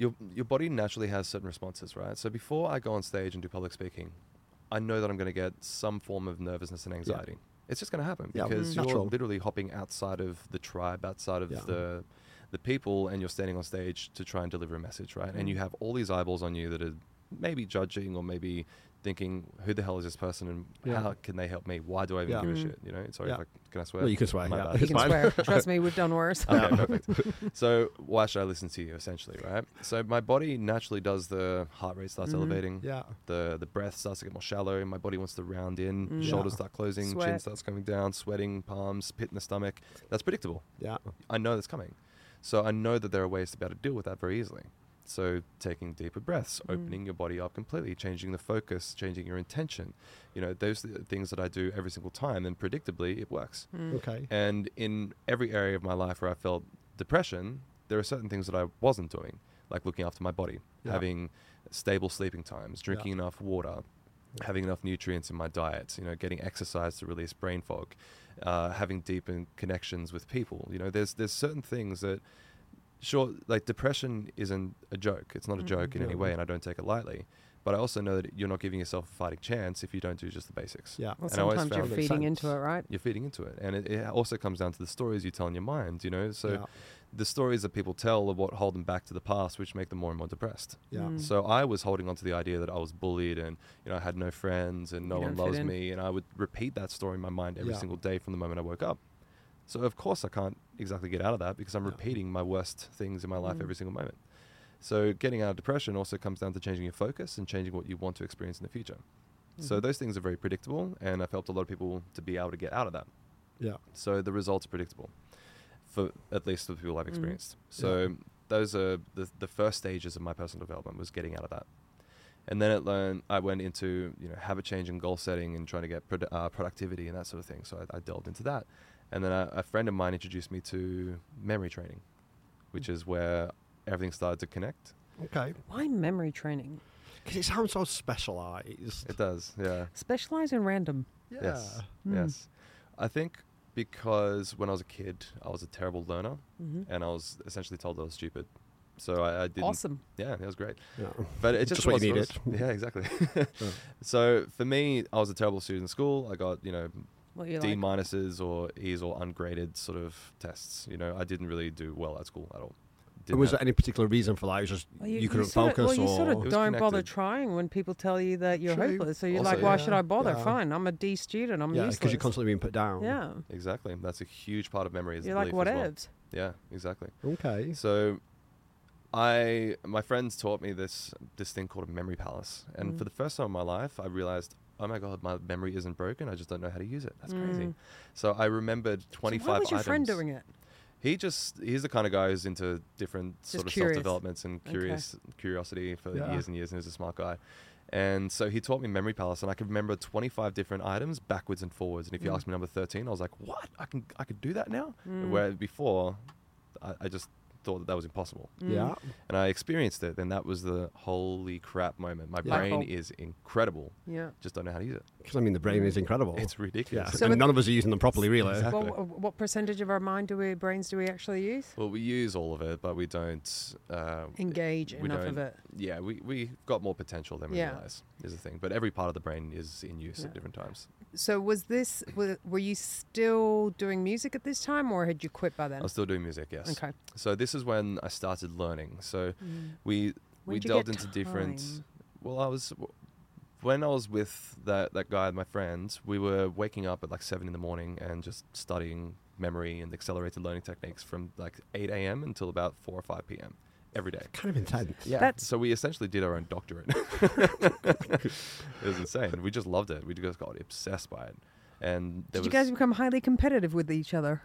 [SPEAKER 2] your your body naturally has certain responses, right? So before I go on stage and do public speaking, I know that I'm going to get some form of nervousness and anxiety. It's just going to happen
[SPEAKER 3] Yeah,
[SPEAKER 2] because
[SPEAKER 4] Mm.
[SPEAKER 2] you're
[SPEAKER 3] natural.
[SPEAKER 2] literally hopping outside of the tribe, outside of
[SPEAKER 3] Yeah.
[SPEAKER 2] the the people, and you're standing on stage to try and deliver a message, right? And you
[SPEAKER 4] Mm.
[SPEAKER 2] have all these eyeballs on you that are maybe judging or maybe thinking, "Who the hell is this person? And
[SPEAKER 3] Yeah.
[SPEAKER 2] how can they help me? Why do I even
[SPEAKER 3] Yeah.
[SPEAKER 2] give a
[SPEAKER 4] Mm.
[SPEAKER 2] shit?" You know? Sorry, if
[SPEAKER 3] Yeah.
[SPEAKER 2] I, can I swear?
[SPEAKER 3] Well, you can swear.
[SPEAKER 2] My
[SPEAKER 3] yeah.
[SPEAKER 2] bad.
[SPEAKER 3] <laughs> It's
[SPEAKER 4] you can
[SPEAKER 3] fine.
[SPEAKER 4] swear. Trust me, we've done
[SPEAKER 2] <laughs>
[SPEAKER 4] worse.
[SPEAKER 2] Okay, perfect. So why should I listen to you essentially, right? So my body naturally does the heart rate starts
[SPEAKER 4] Mhm.
[SPEAKER 2] elevating,
[SPEAKER 3] Yeah.
[SPEAKER 2] the the breath starts to get more shallow, my body wants to round in,
[SPEAKER 4] Mm.
[SPEAKER 2] shoulders
[SPEAKER 3] Yeah.
[SPEAKER 2] start closing, chin
[SPEAKER 4] Sweat.
[SPEAKER 2] starts coming down, sweating, palms, pit in the stomach. That's predictable.
[SPEAKER 3] Yeah.
[SPEAKER 2] I know that's coming. So I know that there are ways to be able to deal with that very easily. So taking deeper breaths,
[SPEAKER 4] Mm.
[SPEAKER 2] opening your body up completely, changing the focus, changing your intention. You know, those are the things that I do every single time and predictably it works.
[SPEAKER 4] Mm.
[SPEAKER 3] Okay.
[SPEAKER 2] And in every area of my life where I felt depression, there are certain things that I wasn't doing, like looking after my body,
[SPEAKER 3] Yeah.
[SPEAKER 2] having stable sleeping times, drinking enough water,
[SPEAKER 3] Yeah.
[SPEAKER 2] having enough nutrients in my diet, you know, getting exercise to release brain fog, uh, having deep in connections with people. You know, there's there's certain things that sure like depression isn't a joke. It's not a
[SPEAKER 4] Mm-mm.
[SPEAKER 2] joke in any
[SPEAKER 3] No.
[SPEAKER 2] way and I don't take it lightly. But I also know that you're not giving yourself a fighting chance if you don't do just the basics
[SPEAKER 3] Yeah.
[SPEAKER 4] Well,
[SPEAKER 2] And I always
[SPEAKER 4] sometimes you're
[SPEAKER 2] found-
[SPEAKER 4] feeding
[SPEAKER 3] Makes
[SPEAKER 4] into it,
[SPEAKER 3] sense.
[SPEAKER 4] right?
[SPEAKER 2] you're feeding into it and it, it also comes down to the stories you tell in your mind you know so
[SPEAKER 3] yeah.
[SPEAKER 2] the stories that people tell are what hold them back to the past which make them more and more depressed
[SPEAKER 3] Yeah.
[SPEAKER 4] Mm.
[SPEAKER 2] so i was holding on to the idea that i was bullied and you know i had no friends and no
[SPEAKER 4] You
[SPEAKER 2] one
[SPEAKER 4] don't fit
[SPEAKER 2] loves
[SPEAKER 4] in.
[SPEAKER 2] me and i would repeat that story in my mind every
[SPEAKER 3] Yeah.
[SPEAKER 2] single day from the moment i woke up so of course i can't exactly get out of that because i'm
[SPEAKER 3] Yeah.
[SPEAKER 2] repeating my worst things in my life
[SPEAKER 4] Mm.
[SPEAKER 2] every single moment so getting out of depression also comes down to changing your focus and changing what you want to experience in the future so
[SPEAKER 4] Mhm.
[SPEAKER 2] those things are very predictable and i've helped a lot of people to be able to get out of that
[SPEAKER 3] Yeah.
[SPEAKER 2] so the results are predictable, for at least the people I've
[SPEAKER 4] Mhm.
[SPEAKER 2] experienced. So those are the the first stages of my personal development was getting out of that, And then it learned I went into you know habit change and goal setting and trying to get produ- uh, productivity and that sort of thing. So I, I delved into that, and then a, a friend of mine introduced me to memory training, which is where everything started to connect.
[SPEAKER 3] Okay.
[SPEAKER 4] Why memory training?
[SPEAKER 3] Because it sounds so specialized.
[SPEAKER 2] It does, yeah.
[SPEAKER 4] Specialize in random.
[SPEAKER 3] yeah.
[SPEAKER 2] Yes.
[SPEAKER 4] Mm.
[SPEAKER 2] Yes. I think because when I was a kid, I was a terrible learner
[SPEAKER 4] Mm-hmm.
[SPEAKER 2] and I was essentially told I was stupid. So I, I didn't.
[SPEAKER 4] Awesome.
[SPEAKER 2] Yeah, that was great.
[SPEAKER 3] Yeah.
[SPEAKER 2] But it just,
[SPEAKER 3] Just what
[SPEAKER 2] was
[SPEAKER 3] you
[SPEAKER 2] was- <laughs>
[SPEAKER 3] needed.
[SPEAKER 2] Yeah,
[SPEAKER 3] <laughs>
[SPEAKER 2] exactly. So for me, I was a terrible student in school. I got, you know,
[SPEAKER 4] What you
[SPEAKER 2] D
[SPEAKER 4] like?
[SPEAKER 2] minuses or E's or ungraded sort of tests. You know, I didn't really do well at school at all.
[SPEAKER 3] And
[SPEAKER 2] Didn't
[SPEAKER 3] was
[SPEAKER 2] have-
[SPEAKER 3] there any particular reason for that? It was just
[SPEAKER 4] Well,
[SPEAKER 3] you, couldn't
[SPEAKER 4] sort of-
[SPEAKER 3] focus
[SPEAKER 4] well, you
[SPEAKER 3] or
[SPEAKER 4] sort of
[SPEAKER 2] It was
[SPEAKER 4] don't bother
[SPEAKER 2] connected.
[SPEAKER 4] trying when people tell you that you're
[SPEAKER 3] True.
[SPEAKER 4] hopeless. So you're
[SPEAKER 2] Also,
[SPEAKER 4] like, why
[SPEAKER 2] yeah,
[SPEAKER 4] should I bother?
[SPEAKER 3] yeah.
[SPEAKER 4] Fine, I'm a D student. I'm
[SPEAKER 3] yeah,
[SPEAKER 4] useless.
[SPEAKER 3] because you're constantly being put down.
[SPEAKER 4] Yeah.
[SPEAKER 2] exactly. That's a huge part of memory. Is
[SPEAKER 4] You're like,
[SPEAKER 2] belief as well.
[SPEAKER 4] whatevs.
[SPEAKER 2] Yeah, exactly.
[SPEAKER 3] Okay.
[SPEAKER 2] So, I my friends taught me this this thing called a memory palace, and
[SPEAKER 4] Mm.
[SPEAKER 2] for the first time in my life, I realized, oh my god, my memory isn't broken. I just don't know how to use it. That's crazy.
[SPEAKER 4] Mm.
[SPEAKER 2] So I remembered twenty
[SPEAKER 4] so why
[SPEAKER 2] five
[SPEAKER 4] was your
[SPEAKER 2] items.
[SPEAKER 4] friend doing it?
[SPEAKER 2] He just he's the kind of guy who's into different sort of
[SPEAKER 4] curious.
[SPEAKER 2] self developments and
[SPEAKER 4] Okay.
[SPEAKER 2] curious curiosity for
[SPEAKER 3] Yeah.
[SPEAKER 2] years and years, and he's a smart guy. And so he taught me memory palace, and I could remember twenty five different items backwards and forwards. And if you
[SPEAKER 4] Mm.
[SPEAKER 2] asked me number thirteen, I was like, what? I can I could do that now.
[SPEAKER 4] Mm.
[SPEAKER 2] Where before, I, I just thought that that was impossible
[SPEAKER 3] Yeah.
[SPEAKER 2] and I experienced it, then that was the holy crap moment. My
[SPEAKER 3] Yeah.
[SPEAKER 2] brain
[SPEAKER 4] Lightbulb.
[SPEAKER 2] is incredible.
[SPEAKER 4] Yeah.
[SPEAKER 2] Just don't know how to use it.
[SPEAKER 3] Because I mean, the brain is incredible.
[SPEAKER 2] It's
[SPEAKER 3] yeah.
[SPEAKER 2] ridiculous.
[SPEAKER 4] So
[SPEAKER 3] and
[SPEAKER 4] with-
[SPEAKER 3] none of us are using them properly, really.
[SPEAKER 2] Exactly.
[SPEAKER 4] Well, wh- what percentage of our mind do we brains do we actually use?
[SPEAKER 2] Well, we use all of it, but we don't. Uh,
[SPEAKER 4] Engage
[SPEAKER 2] we
[SPEAKER 4] enough of
[SPEAKER 2] don't-
[SPEAKER 4] it.
[SPEAKER 2] yeah, we we got more potential than we
[SPEAKER 4] Yeah.
[SPEAKER 2] realize is the thing. But every part of the brain is in use
[SPEAKER 4] Yeah.
[SPEAKER 2] at different times.
[SPEAKER 4] So was this were, were you still doing music at this time, or had you quit by then?
[SPEAKER 2] I was still doing music, yes.
[SPEAKER 4] Okay.
[SPEAKER 2] So this is when I started learning. So we we
[SPEAKER 4] When'd you
[SPEAKER 2] delved
[SPEAKER 4] get
[SPEAKER 2] into different.
[SPEAKER 4] time?
[SPEAKER 2] Well, I was when I was with that that guy, my friends. We were waking up at like seven in the morning and just studying memory and accelerated learning techniques from like eight a.m. until about four or five p.m. every day.
[SPEAKER 3] kind of intense.
[SPEAKER 2] Yeah.
[SPEAKER 4] That's-
[SPEAKER 2] so we essentially did our own doctorate. <laughs> it was insane. We just loved it. We just got obsessed by it. And there
[SPEAKER 4] Did you
[SPEAKER 2] was
[SPEAKER 4] guys become highly competitive with each other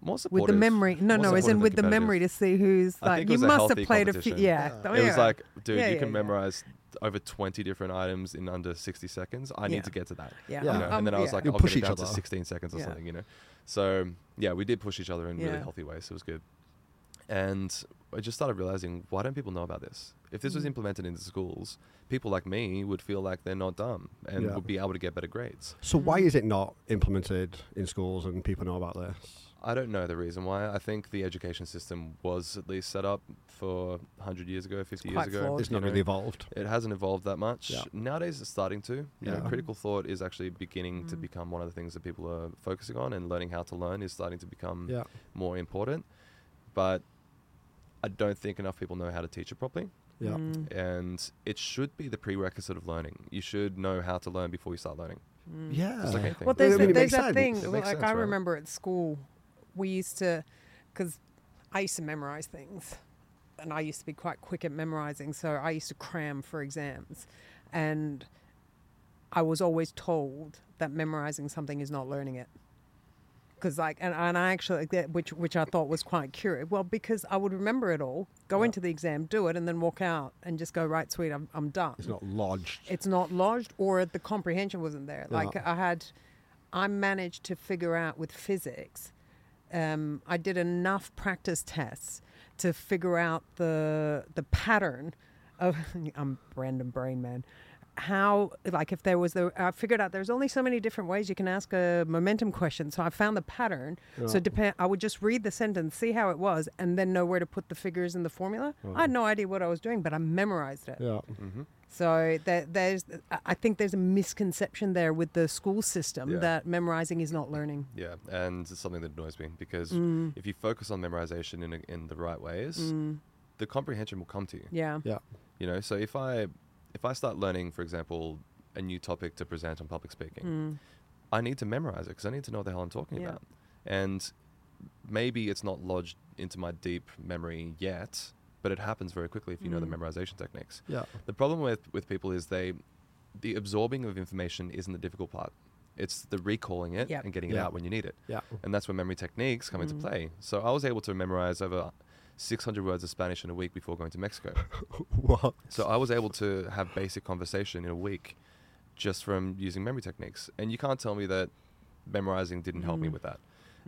[SPEAKER 2] more
[SPEAKER 4] with the
[SPEAKER 2] supportive-
[SPEAKER 4] memory?
[SPEAKER 2] more
[SPEAKER 4] No, no,
[SPEAKER 2] supportive
[SPEAKER 4] as in
[SPEAKER 2] than
[SPEAKER 4] with the
[SPEAKER 2] competitive.
[SPEAKER 4] memory to see who's
[SPEAKER 2] I think
[SPEAKER 4] like.
[SPEAKER 2] it
[SPEAKER 4] You
[SPEAKER 2] was a
[SPEAKER 4] must
[SPEAKER 2] healthy
[SPEAKER 4] have played a few.
[SPEAKER 2] competition.
[SPEAKER 4] Yeah,
[SPEAKER 3] Yeah.
[SPEAKER 4] oh,
[SPEAKER 2] It was
[SPEAKER 4] yeah.
[SPEAKER 2] like, dude,
[SPEAKER 4] Yeah,
[SPEAKER 2] you
[SPEAKER 4] yeah,
[SPEAKER 2] can
[SPEAKER 4] yeah.
[SPEAKER 2] memorize over 20 different items in under 60 seconds. I
[SPEAKER 4] Yeah.
[SPEAKER 2] need to get to that.
[SPEAKER 4] yeah.
[SPEAKER 2] You
[SPEAKER 3] Yeah.
[SPEAKER 2] know?
[SPEAKER 4] Um,
[SPEAKER 2] and then I was
[SPEAKER 4] yeah.
[SPEAKER 2] like,
[SPEAKER 3] You'll
[SPEAKER 2] I'll push
[SPEAKER 3] push
[SPEAKER 2] get it down
[SPEAKER 3] each
[SPEAKER 2] to
[SPEAKER 3] other.
[SPEAKER 2] 16 seconds or
[SPEAKER 4] Yeah.
[SPEAKER 2] something, you know? So, yeah, we did push each other in
[SPEAKER 4] Yeah.
[SPEAKER 2] really healthy ways. It was good. And I just started realizing, why don't people know about this? If this was
[SPEAKER 4] Mm.
[SPEAKER 2] implemented in schools, people like me would feel like they're not dumb and
[SPEAKER 3] Yeah.
[SPEAKER 2] would be able to get better grades.
[SPEAKER 3] So why
[SPEAKER 4] Mm.
[SPEAKER 3] is it not implemented in schools and people know about this?
[SPEAKER 2] I don't know the reason why. I think the education system was at least set up for 100 years ago, 50 years
[SPEAKER 4] quite
[SPEAKER 2] ago.
[SPEAKER 4] flawed.
[SPEAKER 3] It's
[SPEAKER 2] you
[SPEAKER 3] not
[SPEAKER 2] know?
[SPEAKER 3] really evolved.
[SPEAKER 2] It hasn't evolved that much.
[SPEAKER 3] Yeah.
[SPEAKER 2] Nowadays, it's starting to. You know,
[SPEAKER 3] Yeah.
[SPEAKER 2] critical thought is actually beginning to
[SPEAKER 4] Mm.
[SPEAKER 2] become one of the things that people are focusing on, and learning how to learn is starting to become
[SPEAKER 3] Yeah.
[SPEAKER 2] more important. But I don't think enough people know how to teach it properly,
[SPEAKER 3] Yeah.
[SPEAKER 4] Mm,
[SPEAKER 2] and it should be the prerequisite of learning. You should know how to learn before you start learning.
[SPEAKER 4] mm.
[SPEAKER 3] Yeah.
[SPEAKER 2] Just like anything.
[SPEAKER 4] Well,
[SPEAKER 3] I mean,
[SPEAKER 4] there's,
[SPEAKER 3] it
[SPEAKER 4] that
[SPEAKER 3] makes
[SPEAKER 4] there's that
[SPEAKER 3] sense.
[SPEAKER 4] thing.
[SPEAKER 2] It
[SPEAKER 4] well,
[SPEAKER 2] makes
[SPEAKER 4] Like
[SPEAKER 2] sense,
[SPEAKER 4] I
[SPEAKER 2] right?
[SPEAKER 4] remember at school, we used to, because I used to memorize things, and I used to be quite quick at memorizing. So I used to cram for exams, and I was always told that memorizing something is not learning it. Because like, and, and I actually that- which which I thought was quite curious. Well, because I would remember it all, go
[SPEAKER 3] Yeah.
[SPEAKER 4] into the exam, do it, and then walk out and just go right, sweet, I'm I'm done
[SPEAKER 3] It's not lodged.
[SPEAKER 4] it's not lodged or the comprehension wasn't there. Like
[SPEAKER 3] Yeah.
[SPEAKER 4] I had, I managed to figure out with physics. Um, I did enough practice tests to figure out the the pattern of <laughs> I'm random brain man. How like if there was the I figured out there's only so many different ways you can ask a momentum question. So I found the pattern. So
[SPEAKER 3] Yeah.
[SPEAKER 4] depend I would just read the sentence, see how it was, and then know where to put the figures in the formula. I had no idea what I was doing, but I memorized it.
[SPEAKER 3] yeah.
[SPEAKER 2] Mm-hmm.
[SPEAKER 4] So there, there's, I- I think there's a misconception there with the school system
[SPEAKER 2] Yeah.
[SPEAKER 4] that memorizing is not learning.
[SPEAKER 2] Yeah, and it's something that annoys me because if you focus on memorization in a, in the right ways,
[SPEAKER 4] Mm.
[SPEAKER 2] the comprehension will come to you.
[SPEAKER 4] Yeah.
[SPEAKER 3] Yeah.
[SPEAKER 2] You know, so if I if I start learning, for example, a new topic to present on public speaking,
[SPEAKER 4] Mm.
[SPEAKER 2] I need to memorize it because I need to know what the hell I'm talking
[SPEAKER 4] Yeah.
[SPEAKER 2] about. And maybe it's not lodged into my deep memory yet, but it happens very quickly if you know the
[SPEAKER 4] Mm.
[SPEAKER 2] memorization techniques.
[SPEAKER 3] Yeah.
[SPEAKER 2] The problem with with people is they the absorbing of information isn't the difficult part. It's the recalling it
[SPEAKER 4] Yep. Hmm.
[SPEAKER 2] and getting it
[SPEAKER 3] Yeah.
[SPEAKER 2] out when you need it.
[SPEAKER 3] Yeah.
[SPEAKER 2] And that's where memory techniques come into
[SPEAKER 4] Mm.
[SPEAKER 2] play. So I was able to memorize over 600 words of Spanish in a week before going to Mexico.
[SPEAKER 3] <laughs> What?
[SPEAKER 2] So I was able to have basic conversation in a week just from using memory techniques. And you can't tell me that memorizing didn't help me
[SPEAKER 4] Mm.
[SPEAKER 2] with that.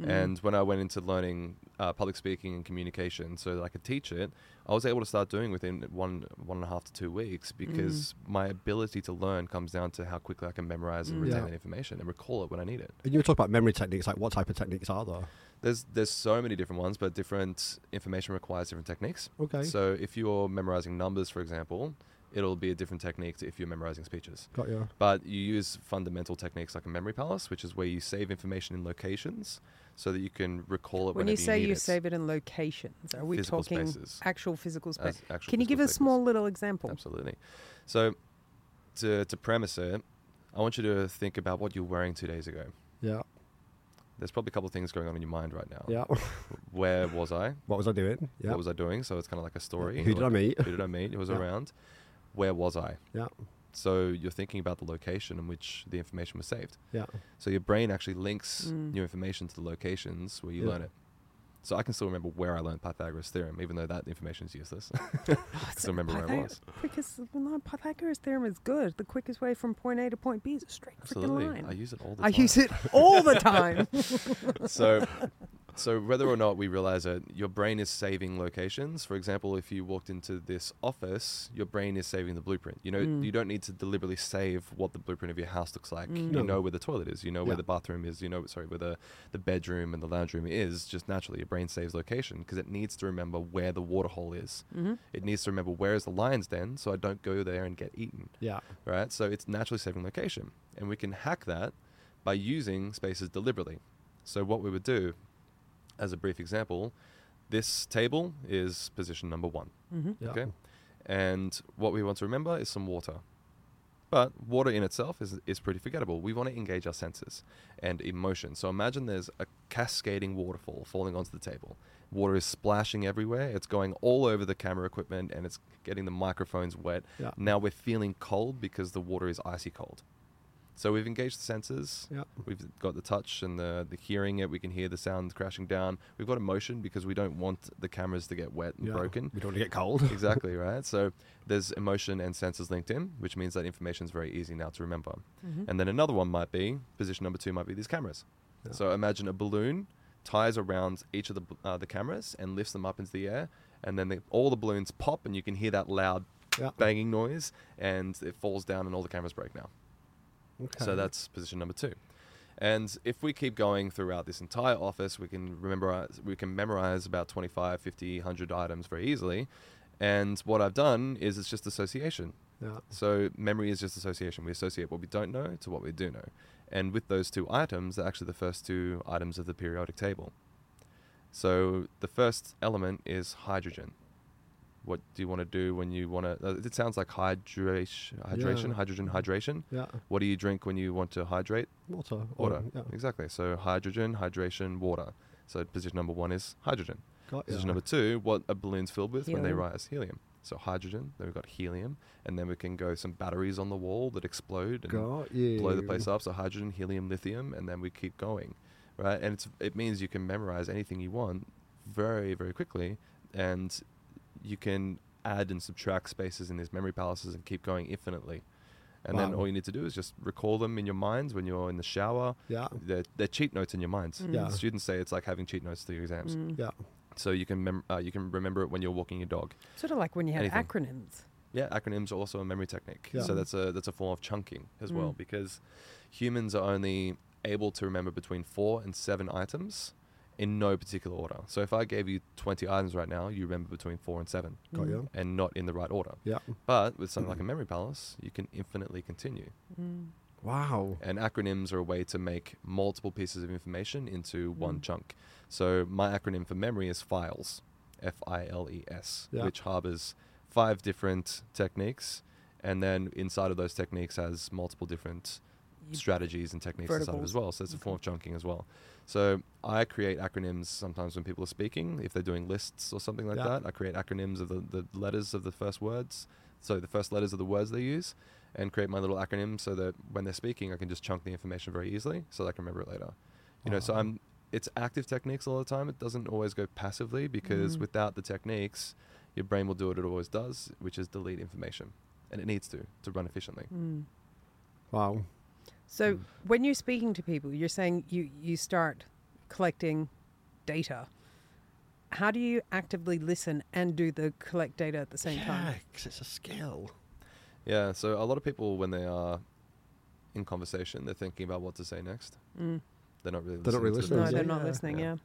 [SPEAKER 4] Mm.
[SPEAKER 2] And when I went into learning uh, public speaking and communication so that I could teach it, I was able to start doing within one, one and a half to two weeks because my ability to learn comes down to how quickly I can memorize and
[SPEAKER 4] Mm.
[SPEAKER 2] retain
[SPEAKER 3] Yeah.
[SPEAKER 2] that information and recall it when I need it.
[SPEAKER 3] And you were talking about memory techniques. Like, what type of techniques are there?
[SPEAKER 2] There's, there's so many different ones, but different information requires different techniques.
[SPEAKER 3] Okay,
[SPEAKER 2] So if you're memorizing numbers, for example, it'll be a different technique to if you're memorizing speeches.
[SPEAKER 3] got you.
[SPEAKER 2] But you use fundamental techniques like a memory palace, which is where you save information in locations so that you can recall it
[SPEAKER 4] when you
[SPEAKER 2] whenever
[SPEAKER 4] say
[SPEAKER 2] need
[SPEAKER 4] you,
[SPEAKER 2] it.
[SPEAKER 4] save it in locations, are we
[SPEAKER 2] Physical
[SPEAKER 4] talking
[SPEAKER 2] spaces.
[SPEAKER 4] actual physical space?
[SPEAKER 2] as actual
[SPEAKER 4] Can
[SPEAKER 2] physical
[SPEAKER 4] you give a
[SPEAKER 2] spaces.
[SPEAKER 4] small little example?
[SPEAKER 2] Absolutely. So to to premise it, I want you to think about what you're wearing two days ago.
[SPEAKER 3] Yeah,
[SPEAKER 2] Oh. There's probably a couple of things going on in your mind right now.
[SPEAKER 3] yeah. <laughs>
[SPEAKER 2] Where was I?
[SPEAKER 3] what was I doing? <laughs> Yeah.
[SPEAKER 2] What was I doing? So it's kind of like a story.
[SPEAKER 3] Who did I
[SPEAKER 2] <laughs> like,
[SPEAKER 3] meet?
[SPEAKER 2] Who did I meet? Who was
[SPEAKER 3] Yeah.
[SPEAKER 2] around? Where was I?
[SPEAKER 3] Yeah.
[SPEAKER 2] So you're thinking about the location in which the information was saved.
[SPEAKER 3] Yeah.
[SPEAKER 2] So your brain actually links
[SPEAKER 4] Mm.
[SPEAKER 2] new information to the locations where you
[SPEAKER 3] Yeah.
[SPEAKER 2] learn it. So I can still remember where I learned Pythagoras' theorem, even though that information is useless. <laughs> I still remember where I
[SPEAKER 4] Pythag-
[SPEAKER 2] was.
[SPEAKER 4] Quickest, well, no, Pythagoras theorem is good. The quickest way from point A to point B is a straight
[SPEAKER 2] Absolutely,
[SPEAKER 4] freaking line.
[SPEAKER 2] I use it all the
[SPEAKER 4] I
[SPEAKER 2] time.
[SPEAKER 4] use it
[SPEAKER 2] <laughs>
[SPEAKER 4] all the time.
[SPEAKER 2] so so whether or not we realize it your brain is saving locations for example if you walked into this office your brain is saving the blueprint you know
[SPEAKER 4] Mm.
[SPEAKER 2] you don't need to deliberately save what the blueprint of your house looks like
[SPEAKER 4] Mm.
[SPEAKER 2] you
[SPEAKER 3] No.
[SPEAKER 2] know where the toilet is you know
[SPEAKER 3] Yeah.
[SPEAKER 2] where the bathroom is you know sorry where the, the bedroom and the lounge room is just naturally your brain saves location because it needs to remember where the water hole is
[SPEAKER 4] Mhm.
[SPEAKER 2] it needs to remember where is the lion's den so i don't go there and get eaten
[SPEAKER 3] Yeah.
[SPEAKER 2] right? So it's naturally saving location. And we can hack that by using spaces deliberately. So what we would do, as a brief example, this table is position number one,
[SPEAKER 4] Mhm.
[SPEAKER 3] Yeah.
[SPEAKER 2] okay? And what we want to remember is some water. But water in itself is, is pretty forgettable. We want to engage our senses and emotion. So imagine there's a cascading waterfall falling onto the table. Water is splashing everywhere. It's going all over the camera equipment and it's getting the microphones wet.
[SPEAKER 3] Yeah.
[SPEAKER 2] Now we're feeling cold because the water is icy cold. So we've engaged the senses.
[SPEAKER 3] Yeah.
[SPEAKER 2] We've got the touch and the, the hearing it. We can hear the sound crashing down. We've got emotion because we don't want the cameras to get wet and
[SPEAKER 3] yeah.
[SPEAKER 2] broken.
[SPEAKER 3] We don't want to
[SPEAKER 2] <laughs>
[SPEAKER 3] get cold.
[SPEAKER 2] exactly, right? So there's emotion and senses linked in, which means that information is very easy now to remember.
[SPEAKER 4] Mhm.
[SPEAKER 2] And then another one might be position number two might be these cameras.
[SPEAKER 3] Yeah.
[SPEAKER 2] So imagine a balloon ties around each of the b- uh, the cameras and lifts them up into the air, and then the, all the balloons pop, and you can hear that loud
[SPEAKER 3] Yeah.
[SPEAKER 2] banging noise, and it falls down, and all the cameras break now.
[SPEAKER 3] Okay.
[SPEAKER 2] So that's position number two. And if we keep going throughout this entire office, we can remember we can memorize about 25, 50, 100 items very easily. And what I've done is it's just association.
[SPEAKER 3] Yeah.
[SPEAKER 2] So memory is just association. We associate what we don't know to what we do know. And with those two items, they're actually the first two items of the periodic table. So the first element is hydrogen. What do you want to do when you want to? Uh, it sounds like hydration, hydration,
[SPEAKER 3] Yeah.
[SPEAKER 2] hydrogen, hydration.
[SPEAKER 3] Yeah.
[SPEAKER 2] What do you drink when you want to hydrate?
[SPEAKER 3] Water. or-
[SPEAKER 2] Water.
[SPEAKER 3] Yeah.
[SPEAKER 2] Exactly. So hydrogen, hydration, water. So position number one is hydrogen.
[SPEAKER 3] Got you.
[SPEAKER 2] Position number two, what a balloon's filled with when they
[SPEAKER 4] Helium.
[SPEAKER 2] rise, helium. So hydrogen, then we've got helium, and then we can go some batteries on the wall that explode and
[SPEAKER 3] Got you.
[SPEAKER 2] blow the place up. So hydrogen, helium, lithium, and then we keep going, right? And it's, it means you can memorize anything you want very, very quickly, and you can add and subtract spaces in these memory palaces and keep going infinitely. And then
[SPEAKER 3] Wow.
[SPEAKER 2] all you need to do is just recall them in your minds when you're in the shower.
[SPEAKER 3] Yeah.
[SPEAKER 2] They're, they're cheat notes in your minds.
[SPEAKER 4] Mm.
[SPEAKER 3] Yeah.
[SPEAKER 2] Students say it's like having cheat notes to your exams.
[SPEAKER 4] Mm.
[SPEAKER 3] Yeah.
[SPEAKER 2] So you can mem- uh, you can remember it when you're walking your dog.
[SPEAKER 4] Sort of like when you had
[SPEAKER 2] Anything.
[SPEAKER 4] acronyms.
[SPEAKER 2] Yeah, acronyms are also a memory technique.
[SPEAKER 3] Yeah.
[SPEAKER 2] So that's a that's a form of chunking as well
[SPEAKER 4] Mm.
[SPEAKER 2] because humans are only able to remember between four and seven items in no particular order. So if I gave you twenty items right now, you remember between four and seven
[SPEAKER 3] Got
[SPEAKER 4] Mm.
[SPEAKER 3] you.
[SPEAKER 2] and not in the right order.
[SPEAKER 3] Yeah.
[SPEAKER 2] But with something like a memory palace, you can infinitely continue.
[SPEAKER 4] Mm.
[SPEAKER 3] Wow.
[SPEAKER 2] And acronyms are a way to make multiple pieces of information
[SPEAKER 3] Hmm.
[SPEAKER 2] into one
[SPEAKER 4] Mm.
[SPEAKER 2] chunk. So my acronym for memory is FILES, F I L E S,
[SPEAKER 3] Yeah.
[SPEAKER 2] which harbors five different techniques. And then inside of those techniques has multiple different
[SPEAKER 4] You-
[SPEAKER 2] strategies and techniques inside of it as
[SPEAKER 4] verticals.
[SPEAKER 2] well. So it's a form of chunking as well. So I create acronyms sometimes when people are speaking, if they're doing lists or something like
[SPEAKER 3] Yeah.
[SPEAKER 2] that. I create acronyms of the, the letters of the first words, so the first letters of the words they use, and create my little acronym so that when they're speaking, I can just chunk the information very easily so that I can remember it later. You know, so
[SPEAKER 3] Wow.
[SPEAKER 2] I'm it's active techniques all the time. It doesn't always go passively because
[SPEAKER 4] Mm.
[SPEAKER 2] without the techniques, your brain will do what it always does, which is delete information, and it needs to to run efficiently.
[SPEAKER 4] Mm.
[SPEAKER 3] Wow.
[SPEAKER 4] So
[SPEAKER 3] Hmm.
[SPEAKER 4] when you're speaking to people, you're saying you, you start collecting data. How do you actively listen and do the collect data at the same time?
[SPEAKER 3] because it's a skill.
[SPEAKER 2] Yeah. So a lot of people, when they are in conversation, they're thinking about what to say next.
[SPEAKER 4] Mm.
[SPEAKER 2] They're not really.
[SPEAKER 3] They're not really
[SPEAKER 2] listening to the
[SPEAKER 3] Yeah.
[SPEAKER 4] No,
[SPEAKER 2] person.
[SPEAKER 4] they're not
[SPEAKER 3] Yeah.
[SPEAKER 4] listening. Yeah.
[SPEAKER 2] Yeah.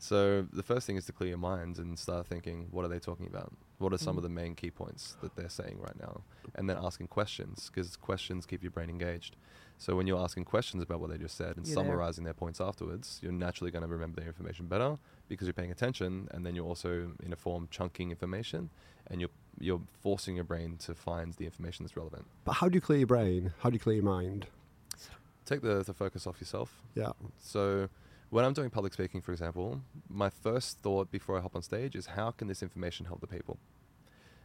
[SPEAKER 2] So the first thing is to clear your mind and start thinking, what are they talking about? What are some
[SPEAKER 4] Mm.
[SPEAKER 2] of the main key points that they're saying right now? And then asking questions because questions keep your brain engaged. So when you're asking questions about what they just said and
[SPEAKER 4] You're there.
[SPEAKER 2] summarizing their points afterwards, you're naturally going to remember their information better because you're paying attention, and then you're also in a form chunking information, and you're you're forcing your brain to find the information that's relevant.
[SPEAKER 3] But how do you clear your brain? How do you clear your mind?
[SPEAKER 2] Take the, the focus off yourself.
[SPEAKER 3] Yeah.
[SPEAKER 2] So when I'm doing public speaking, for example, my first thought before I hop on stage is how can this information help the people?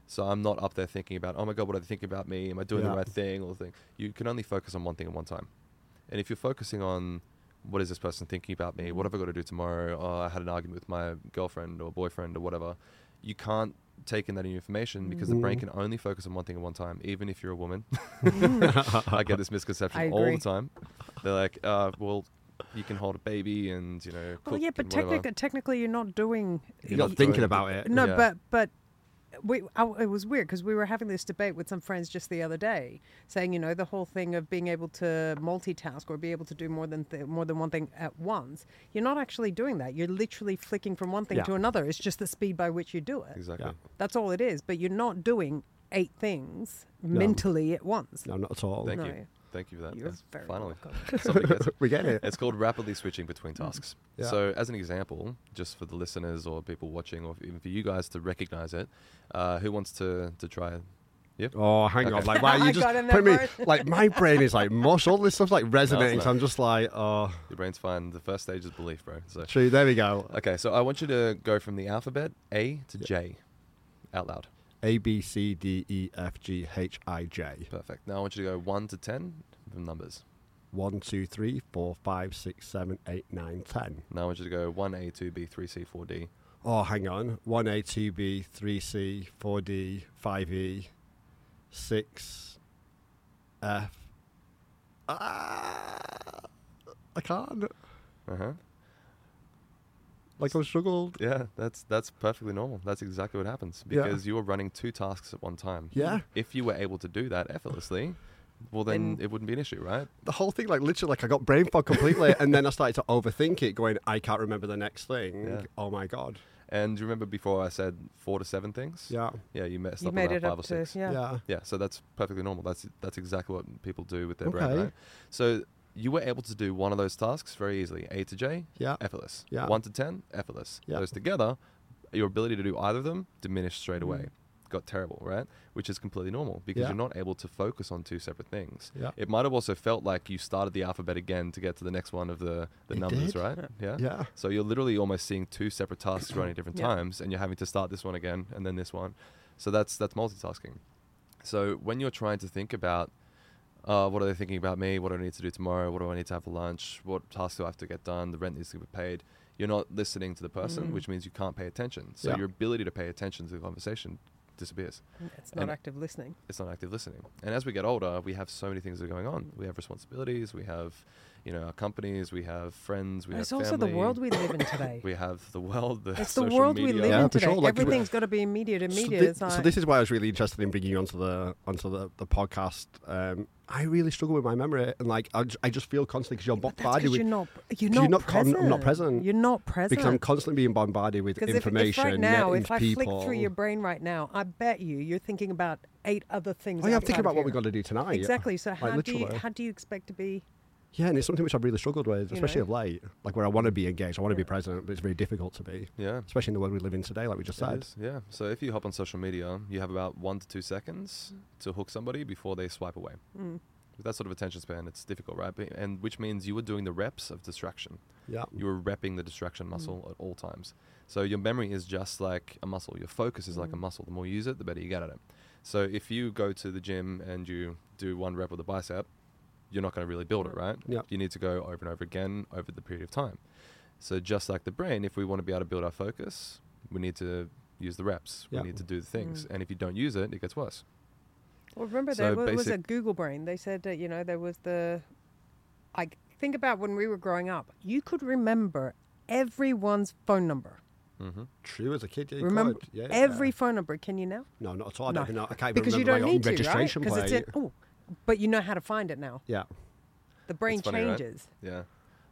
[SPEAKER 2] So I'm not up there thinking about, oh my God, what are they thinking about me? Am I doing
[SPEAKER 3] Yeah.
[SPEAKER 2] the right thing? All the thing. You can only focus on one thing at one time. And if you're focusing on what is this person thinking about me? What have I got to do tomorrow? Oh, I had an argument with my girlfriend or boyfriend or whatever. You can't take in that new information because the brain
[SPEAKER 3] Mm.
[SPEAKER 2] can only focus on one thing at one time, even if you're a woman. I
[SPEAKER 4] <laughs>
[SPEAKER 2] get this misconception
[SPEAKER 4] I
[SPEAKER 2] all
[SPEAKER 4] agree.
[SPEAKER 2] the time. They're like, uh, well, you can hold a baby and you know. Cook
[SPEAKER 4] Well, Oh, yeah, but
[SPEAKER 2] and whatever.
[SPEAKER 4] technically, technically, you're not doing.
[SPEAKER 2] You're
[SPEAKER 3] You're
[SPEAKER 2] not
[SPEAKER 3] not thinking
[SPEAKER 2] doing-
[SPEAKER 3] about it.
[SPEAKER 4] Uh, No,
[SPEAKER 2] Yeah.
[SPEAKER 4] but but we, I, it was weird because we were having this debate with some friends just the other day, saying you know the whole thing of being able to multitask or be able to do more than th- more than one thing at once. You're not actually doing that. You're literally flicking from one thing
[SPEAKER 3] Yeah.
[SPEAKER 4] to another. It's just the speed by which you do it.
[SPEAKER 2] exactly.
[SPEAKER 3] Yeah.
[SPEAKER 4] That's all it is. But you're not doing eight things
[SPEAKER 3] No.
[SPEAKER 4] mentally at once.
[SPEAKER 3] No, not at all.
[SPEAKER 2] Thank you.
[SPEAKER 4] Oh, No.
[SPEAKER 2] Thank you for that.
[SPEAKER 4] You're
[SPEAKER 2] That's
[SPEAKER 4] very
[SPEAKER 2] finally,
[SPEAKER 4] welcome.
[SPEAKER 2] <laughs>
[SPEAKER 4] Hmm.
[SPEAKER 2] somebody
[SPEAKER 4] <laughs>
[SPEAKER 2] gets it.
[SPEAKER 3] <laughs> we get it.
[SPEAKER 2] It's called rapidly switching between tasks.
[SPEAKER 3] Yeah.
[SPEAKER 2] So, as an example, just for the listeners or people watching, or even for you guys to recognize it, uh, who wants to to try? Yep.
[SPEAKER 3] Oh, hang on!
[SPEAKER 2] Okay.
[SPEAKER 3] Like, why
[SPEAKER 4] <laughs> I
[SPEAKER 3] you just
[SPEAKER 4] got in there
[SPEAKER 3] put me?
[SPEAKER 4] first.
[SPEAKER 3] Like, my brain is like mush. All this stuff's like resonating.
[SPEAKER 2] not.
[SPEAKER 3] so I'm just like, oh,
[SPEAKER 2] Your brain's fine. The first stage is belief, bro. So,
[SPEAKER 3] true. There we go.
[SPEAKER 2] okay. So I want you to go from the alphabet A to
[SPEAKER 3] Yeah.
[SPEAKER 2] J, out loud.
[SPEAKER 3] A B C D E F G H I J.
[SPEAKER 2] Perfect. Now I want you to go one to ten with numbers.
[SPEAKER 3] One, two, three, four, five, six, seven, eight, nine, ten.
[SPEAKER 2] Now I want you to go one A, two B, three C, four D.
[SPEAKER 3] Oh, hang on. One A, two B, three C, four D, five E, six F. Ah, I can't.
[SPEAKER 2] Uh huh.
[SPEAKER 3] Like I struggled.
[SPEAKER 2] Yeah, that's that's perfectly normal. That's exactly what happens
[SPEAKER 3] Yeah.
[SPEAKER 2] because you were running two tasks at one time.
[SPEAKER 3] Yeah.
[SPEAKER 2] If you were able to do that effortlessly, well then it wouldn't be an issue, right?
[SPEAKER 3] the whole thing, like literally, like I got brain fog completely, and then I started to overthink it, going, I can't remember the next thing.
[SPEAKER 2] Yeah.
[SPEAKER 3] Oh my god.
[SPEAKER 2] And you remember before I said four to seven things?
[SPEAKER 3] Yeah.
[SPEAKER 2] Yeah, you messed
[SPEAKER 4] You
[SPEAKER 2] up
[SPEAKER 4] made
[SPEAKER 2] around
[SPEAKER 4] it
[SPEAKER 2] five
[SPEAKER 4] up
[SPEAKER 2] or
[SPEAKER 4] to
[SPEAKER 2] six.
[SPEAKER 4] yeah.
[SPEAKER 3] Yeah.
[SPEAKER 2] Yeah, so that's perfectly normal. That's that's exactly what people do with their brain,
[SPEAKER 3] Okay.
[SPEAKER 2] right? So you were able to do one of those tasks very easily. A to J,
[SPEAKER 3] Yeah.
[SPEAKER 2] effortless.
[SPEAKER 3] Yeah.
[SPEAKER 2] One to ten, effortless.
[SPEAKER 3] Yeah.
[SPEAKER 2] Those together, your ability to do either of them diminished straight away.
[SPEAKER 4] Mm.
[SPEAKER 2] Got terrible, right? Which is completely normal because
[SPEAKER 3] Yeah.
[SPEAKER 2] you're not able to focus on two separate things.
[SPEAKER 3] Yeah.
[SPEAKER 2] It might have also felt like you started the alphabet again to get to the next one of the, the
[SPEAKER 3] It
[SPEAKER 2] numbers,
[SPEAKER 3] did?
[SPEAKER 2] right? Yeah.
[SPEAKER 3] Yeah.
[SPEAKER 2] So you're literally almost seeing two separate tasks running at different
[SPEAKER 4] Yeah.
[SPEAKER 2] times, and you're having to start this one again and then this one. So that's that's multitasking. So when you're trying to think about uh, what are they thinking about me? What do I need to do tomorrow? What do I need to have for lunch? What tasks do I have to get done? The rent needs to be paid. You're not listening to the person,
[SPEAKER 4] Mm.
[SPEAKER 2] which means you can't pay attention. So
[SPEAKER 3] Yeah.
[SPEAKER 2] your ability to pay attention to the conversation disappears.
[SPEAKER 4] It's not
[SPEAKER 2] And-
[SPEAKER 4] active listening.
[SPEAKER 2] It's not active listening. And as we get older, we have so many things that are going on. We have responsibilities. We have, you know, our companies. We have friends. We
[SPEAKER 4] It's
[SPEAKER 2] have
[SPEAKER 4] also
[SPEAKER 2] family.
[SPEAKER 4] the world we live
[SPEAKER 2] <laughs>
[SPEAKER 4] in today.
[SPEAKER 2] We have the world. The
[SPEAKER 4] It's the
[SPEAKER 2] social
[SPEAKER 4] world we
[SPEAKER 2] media.
[SPEAKER 4] live
[SPEAKER 3] Yeah,
[SPEAKER 4] in
[SPEAKER 3] for
[SPEAKER 4] today.
[SPEAKER 3] sure, like,
[SPEAKER 4] Everything's got to be immediate. Immediate.
[SPEAKER 3] So, thi-
[SPEAKER 4] it's like,
[SPEAKER 3] so this is why I was really interested in bringing you onto the onto the, the podcast. Um, I really struggle with my memory, and like I, ju- I just feel constantly because you're
[SPEAKER 4] but that's
[SPEAKER 3] bombarded
[SPEAKER 4] 'cause
[SPEAKER 3] with
[SPEAKER 4] you're not. You're
[SPEAKER 3] 'cause you're
[SPEAKER 4] not,
[SPEAKER 3] not con- I'm
[SPEAKER 4] present.
[SPEAKER 3] not present.
[SPEAKER 4] You're not present.
[SPEAKER 3] because I'm constantly being bombarded with
[SPEAKER 4] 'Cause if-
[SPEAKER 3] information.
[SPEAKER 4] If, right now,
[SPEAKER 3] and
[SPEAKER 4] if I
[SPEAKER 3] people.
[SPEAKER 4] flick through your brain right now, I bet you you're thinking about eight other things.
[SPEAKER 3] oh yeah, I'm
[SPEAKER 4] outside
[SPEAKER 3] thinking about
[SPEAKER 4] of
[SPEAKER 3] what we've
[SPEAKER 4] here.
[SPEAKER 3] got to do tonight.
[SPEAKER 4] Exactly. So
[SPEAKER 3] Like,
[SPEAKER 4] how do you
[SPEAKER 3] literally.
[SPEAKER 4] how do you expect to be?
[SPEAKER 3] Yeah, and it's something which I've really struggled with,
[SPEAKER 4] You
[SPEAKER 3] especially
[SPEAKER 4] know?
[SPEAKER 3] of late. Like where I want to be engaged, I want to be
[SPEAKER 4] Yeah.
[SPEAKER 3] present, but it's very difficult to be,
[SPEAKER 2] Yeah.
[SPEAKER 3] especially in the world we live in today, like we just
[SPEAKER 2] It
[SPEAKER 3] said.
[SPEAKER 2] is, yeah. So if you hop on social media, you have about one to two seconds to hook somebody before they swipe away.
[SPEAKER 4] Mm.
[SPEAKER 2] With that sort of attention span, it's difficult, right? Be- And which means you were doing the reps of distraction.
[SPEAKER 3] Yeah.
[SPEAKER 2] You were repping the
[SPEAKER 3] Mm.
[SPEAKER 2] distraction muscle at all times. So your memory is just like a muscle. Your focus is like a
[SPEAKER 4] Mm.
[SPEAKER 2] muscle. The more you use it, the better you get at it. So if you go to the gym and you do one rep with a bicep, you're not going to really build it, right?
[SPEAKER 3] Yeah.
[SPEAKER 2] You need to go over and over again over the period of time. So just like the brain, if we want to be able to build our focus, we need to use the reps.
[SPEAKER 3] Yeah. Mm.
[SPEAKER 2] We need to do the things. And if you don't use it, it gets worse.
[SPEAKER 4] Well, remember
[SPEAKER 2] So
[SPEAKER 4] there wa- was a
[SPEAKER 2] basic-
[SPEAKER 4] Google brain. They said that you know there was the. I think about when we were growing up. You could remember everyone's phone number.
[SPEAKER 2] Mm-hmm.
[SPEAKER 3] True as a kid, yeah, you
[SPEAKER 4] remember
[SPEAKER 3] could, yeah,
[SPEAKER 4] every phone number. Can you now?
[SPEAKER 3] No, not at all. I,
[SPEAKER 4] No,
[SPEAKER 3] don't even know, I can't even
[SPEAKER 4] Because you
[SPEAKER 3] remember
[SPEAKER 4] don't
[SPEAKER 3] my own
[SPEAKER 4] need to, right?
[SPEAKER 3] registration
[SPEAKER 4] Because it's
[SPEAKER 3] plate.
[SPEAKER 4] in. Oh, but you know how to find it now.
[SPEAKER 3] <laughs> yeah,
[SPEAKER 4] The brain
[SPEAKER 2] It's funny, right?
[SPEAKER 4] changes.
[SPEAKER 2] Yeah.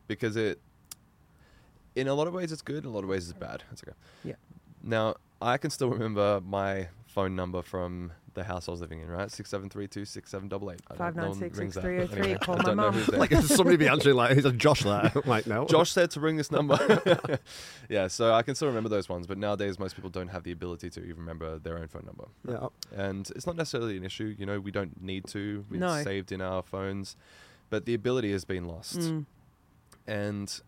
[SPEAKER 2] Because it, in a lot of ways, it's good. In a lot of ways, it's bad. That's okay.
[SPEAKER 4] Yeah.
[SPEAKER 2] Now, I can still remember my phone number from the house I was living in, right? 6732678. I don't-
[SPEAKER 4] Five nine
[SPEAKER 2] one
[SPEAKER 4] six
[SPEAKER 2] rings
[SPEAKER 4] six
[SPEAKER 2] that.
[SPEAKER 4] three oh three,
[SPEAKER 2] Anyway,
[SPEAKER 4] call
[SPEAKER 2] I
[SPEAKER 4] my
[SPEAKER 2] don't know
[SPEAKER 4] mum.
[SPEAKER 2] who's there.
[SPEAKER 3] like if somebody be answering like, "Is a Josh there?" <laughs> like
[SPEAKER 2] <laughs>
[SPEAKER 3] no,
[SPEAKER 2] Josh said to ring this number. <laughs> yeah, so I can still remember those ones, but nowadays most people don't have the ability to even remember their own phone number.
[SPEAKER 3] Yeah,
[SPEAKER 2] And it's not necessarily an issue, you know, we don't need to. It's
[SPEAKER 4] No.
[SPEAKER 2] saved in our phones, but the ability has been lost.
[SPEAKER 4] Mm.
[SPEAKER 2] And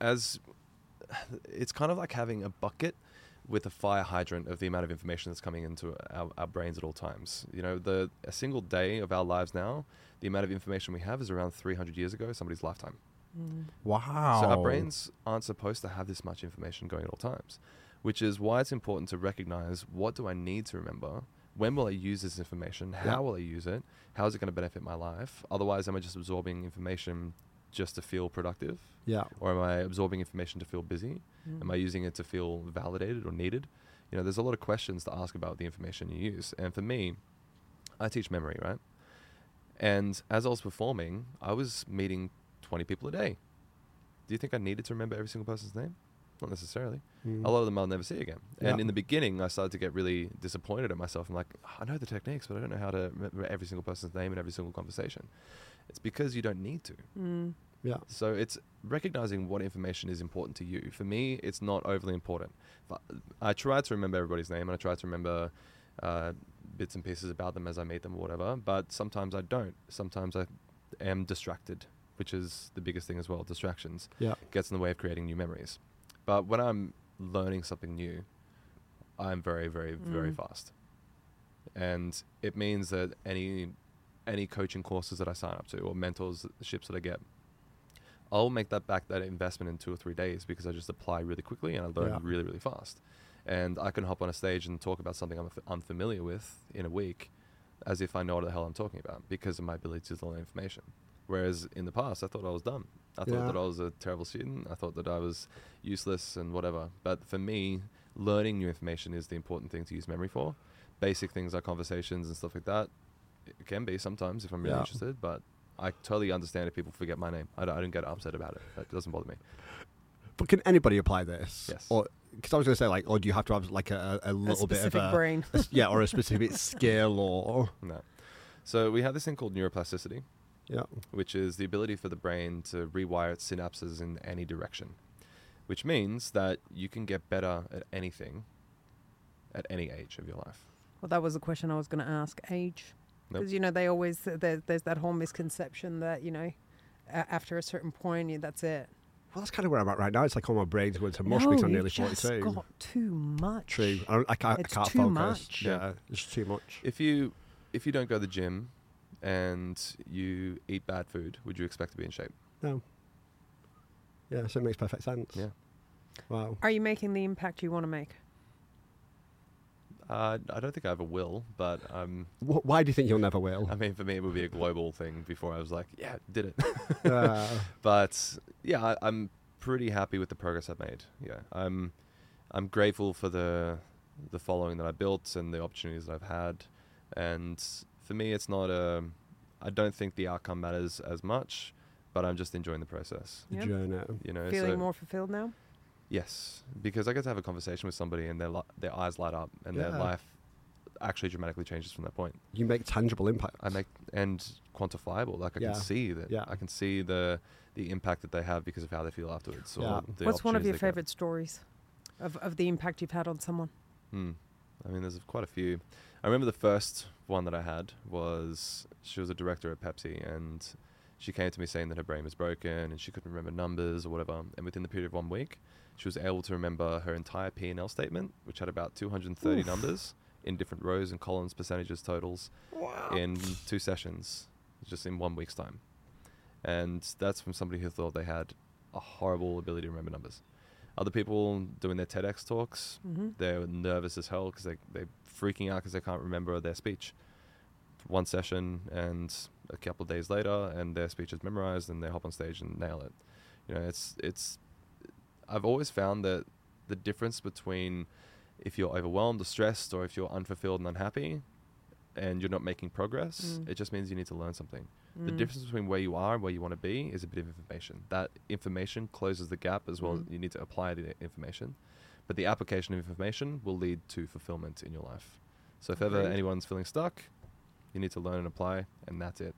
[SPEAKER 2] as it's kind of like having a bucket with a fire hydrant of the amount of information that's coming into our, our brains at all times. You know, the a single day of our lives now, the amount of information we have is around 300 years ago, somebody's lifetime.
[SPEAKER 3] wow.
[SPEAKER 2] So our brains aren't supposed to have this much information going at all times, which is why it's important to recognize what do I need to remember? When will I use this information? How
[SPEAKER 3] Yeah.
[SPEAKER 2] will I use it? How is it going to benefit my life? Otherwise, am I just absorbing information just to feel productive?
[SPEAKER 3] Yeah,
[SPEAKER 2] Or am I absorbing information to feel busy? Am
[SPEAKER 3] Mm.
[SPEAKER 2] I using it to feel validated or needed? You know, there's a lot of questions to ask about the information you use. And for me, I teach memory, right? And as I was performing, I was meeting 20 people a day. Do you think I needed to remember every single person's name? Not necessarily.
[SPEAKER 3] Mm.
[SPEAKER 2] A lot of them I'll never see again. And
[SPEAKER 3] Yeah.
[SPEAKER 2] in the beginning, I started to get really disappointed at myself. I'm like, I know the techniques, but I don't know how to remember every single person's name in every single conversation. It's because you don't need to.
[SPEAKER 4] Mm.
[SPEAKER 3] yeah,
[SPEAKER 2] So it's recognizing what information is important to you. For me, it's not overly important. But I try to remember everybody's name and I try to remember uh, bits and pieces about them as I meet them or whatever. But sometimes I don't. Sometimes I am distracted, which is the biggest thing as well. Distractions
[SPEAKER 3] yeah.
[SPEAKER 2] gets in the way of creating new memories. But when I'm learning something new, I'm very, very, very
[SPEAKER 4] Mm.
[SPEAKER 2] fast. And it means that any any coaching courses that I sign up to or mentorships that I get, I'll make that back that investment in two or three days because I just apply really quickly and I learn
[SPEAKER 3] Yeah.
[SPEAKER 2] really, really fast. And I can hop on a stage and talk about something I'm f- unfamiliar with in a week as if I know what the hell I'm talking about because of my ability to learn information. Whereas in the past, I thought I was dumb. I thought
[SPEAKER 3] Yeah.
[SPEAKER 2] that I was a terrible student. I thought that I was useless and whatever. But for me, learning new information is the important thing to use memory for. Basic things like conversations and stuff like that. It can be sometimes if I'm really
[SPEAKER 3] Yeah.
[SPEAKER 2] interested, but I totally understand if people forget my name. I don't, I don't get upset about it. That doesn't bother me.
[SPEAKER 3] But can anybody apply this?
[SPEAKER 2] Yes.
[SPEAKER 3] Or because I was going to say like, or do you have to have like a, a
[SPEAKER 4] A
[SPEAKER 3] little bit of
[SPEAKER 4] specific
[SPEAKER 3] a
[SPEAKER 2] <laughs>
[SPEAKER 4] brain.
[SPEAKER 3] a s- yeah, or a specific <laughs> skill or
[SPEAKER 2] No. So we have this thing called neuroplasticity,
[SPEAKER 3] yeah,
[SPEAKER 2] which is the ability for the brain to rewire its synapses in any direction, which means that you can get better at anything at any age of your life.
[SPEAKER 4] Well, that was the question I was going to ask. Age,
[SPEAKER 2] Nope.
[SPEAKER 4] because you know they always there, there's that whole misconception that you know a- after a certain point you- that's it.
[SPEAKER 3] Well, that's kind of where I'm at right now. It's like all my brains went to mush because
[SPEAKER 4] no,
[SPEAKER 3] I'm
[SPEAKER 4] you
[SPEAKER 3] nearly
[SPEAKER 4] just
[SPEAKER 3] 42.
[SPEAKER 4] got too much.
[SPEAKER 3] True. I, don't, I can't,
[SPEAKER 4] It's
[SPEAKER 3] I can't
[SPEAKER 4] too
[SPEAKER 3] focus.
[SPEAKER 4] much.
[SPEAKER 3] Yeah. it's too much.
[SPEAKER 2] If you if you don't go to the gym and you eat bad food, would you expect to be in shape?
[SPEAKER 3] No. Yeah, so it makes perfect sense.
[SPEAKER 2] Yeah.
[SPEAKER 3] Wow.
[SPEAKER 4] Are you making the impact you want to make?
[SPEAKER 2] Uh, I don't think I ever will, but um,
[SPEAKER 3] Wh- Why do you think you'll
[SPEAKER 2] <laughs>
[SPEAKER 3] never will?
[SPEAKER 2] I mean, for me, it would be a global thing. Before I was like, yeah, did it.
[SPEAKER 3] Uh,
[SPEAKER 2] but yeah, I, I'm pretty happy with the progress I've made. Yeah, I'm I'm grateful for the the following that I built and the opportunities that I've had. And for me, it's not a. I don't think the outcome matters as much, but I'm just enjoying the process.
[SPEAKER 3] the
[SPEAKER 4] Yeah.
[SPEAKER 3] journey.
[SPEAKER 2] You know,
[SPEAKER 4] Feeling
[SPEAKER 2] so-
[SPEAKER 4] more fulfilled now?
[SPEAKER 2] Yes, because I get to have a conversation with somebody and their li- their eyes light up and
[SPEAKER 3] Yeah.
[SPEAKER 2] their life actually dramatically changes from that point.
[SPEAKER 3] You make tangible impact.
[SPEAKER 2] I make and quantifiable. Like I
[SPEAKER 3] Yeah.
[SPEAKER 2] can see that.
[SPEAKER 3] Yeah.
[SPEAKER 2] I can see the the impact that they have because of how they feel afterwards. Or
[SPEAKER 3] Yeah.
[SPEAKER 2] the
[SPEAKER 4] What's one of
[SPEAKER 2] opportunities they
[SPEAKER 4] your
[SPEAKER 2] get.
[SPEAKER 4] favorite stories of, of the impact you've had on someone?
[SPEAKER 2] Hmm. I mean, there's quite a few. I remember the first one that I had was she was a director at Pepsi, and she came to me saying that her brain was broken and she couldn't remember numbers or whatever. And within the period of one week, she was able to remember her entire P and L statement, which had about 230
[SPEAKER 4] Oof.
[SPEAKER 2] numbers in different rows and columns, percentages, totals, in two sessions, just in one week's time. And that's from somebody who thought they had a horrible ability to remember numbers. Other people doing their TEDx talks,
[SPEAKER 4] Mm-hmm.
[SPEAKER 2] they're nervous as hell because they, they're freaking out because they can't remember their speech. One session and a couple of days later, and their speech is memorized, and they hop on stage and nail it. You know, it's it's. I've always found that the difference between if you're overwhelmed or stressed, or if you're unfulfilled and unhappy, and you're not making progress,
[SPEAKER 4] Mm.
[SPEAKER 2] it just means you need to learn something. The
[SPEAKER 3] Mm.
[SPEAKER 2] difference between where you are and where you want to be is a bit of information. That information closes the gap as well. as
[SPEAKER 4] Mm.
[SPEAKER 3] Mm-hmm.
[SPEAKER 2] You need to apply the information, but the application of information will lead to fulfillment in your life. So if ever
[SPEAKER 4] Agreed.
[SPEAKER 2] anyone's feeling stuck, you need to learn and apply, and that's it.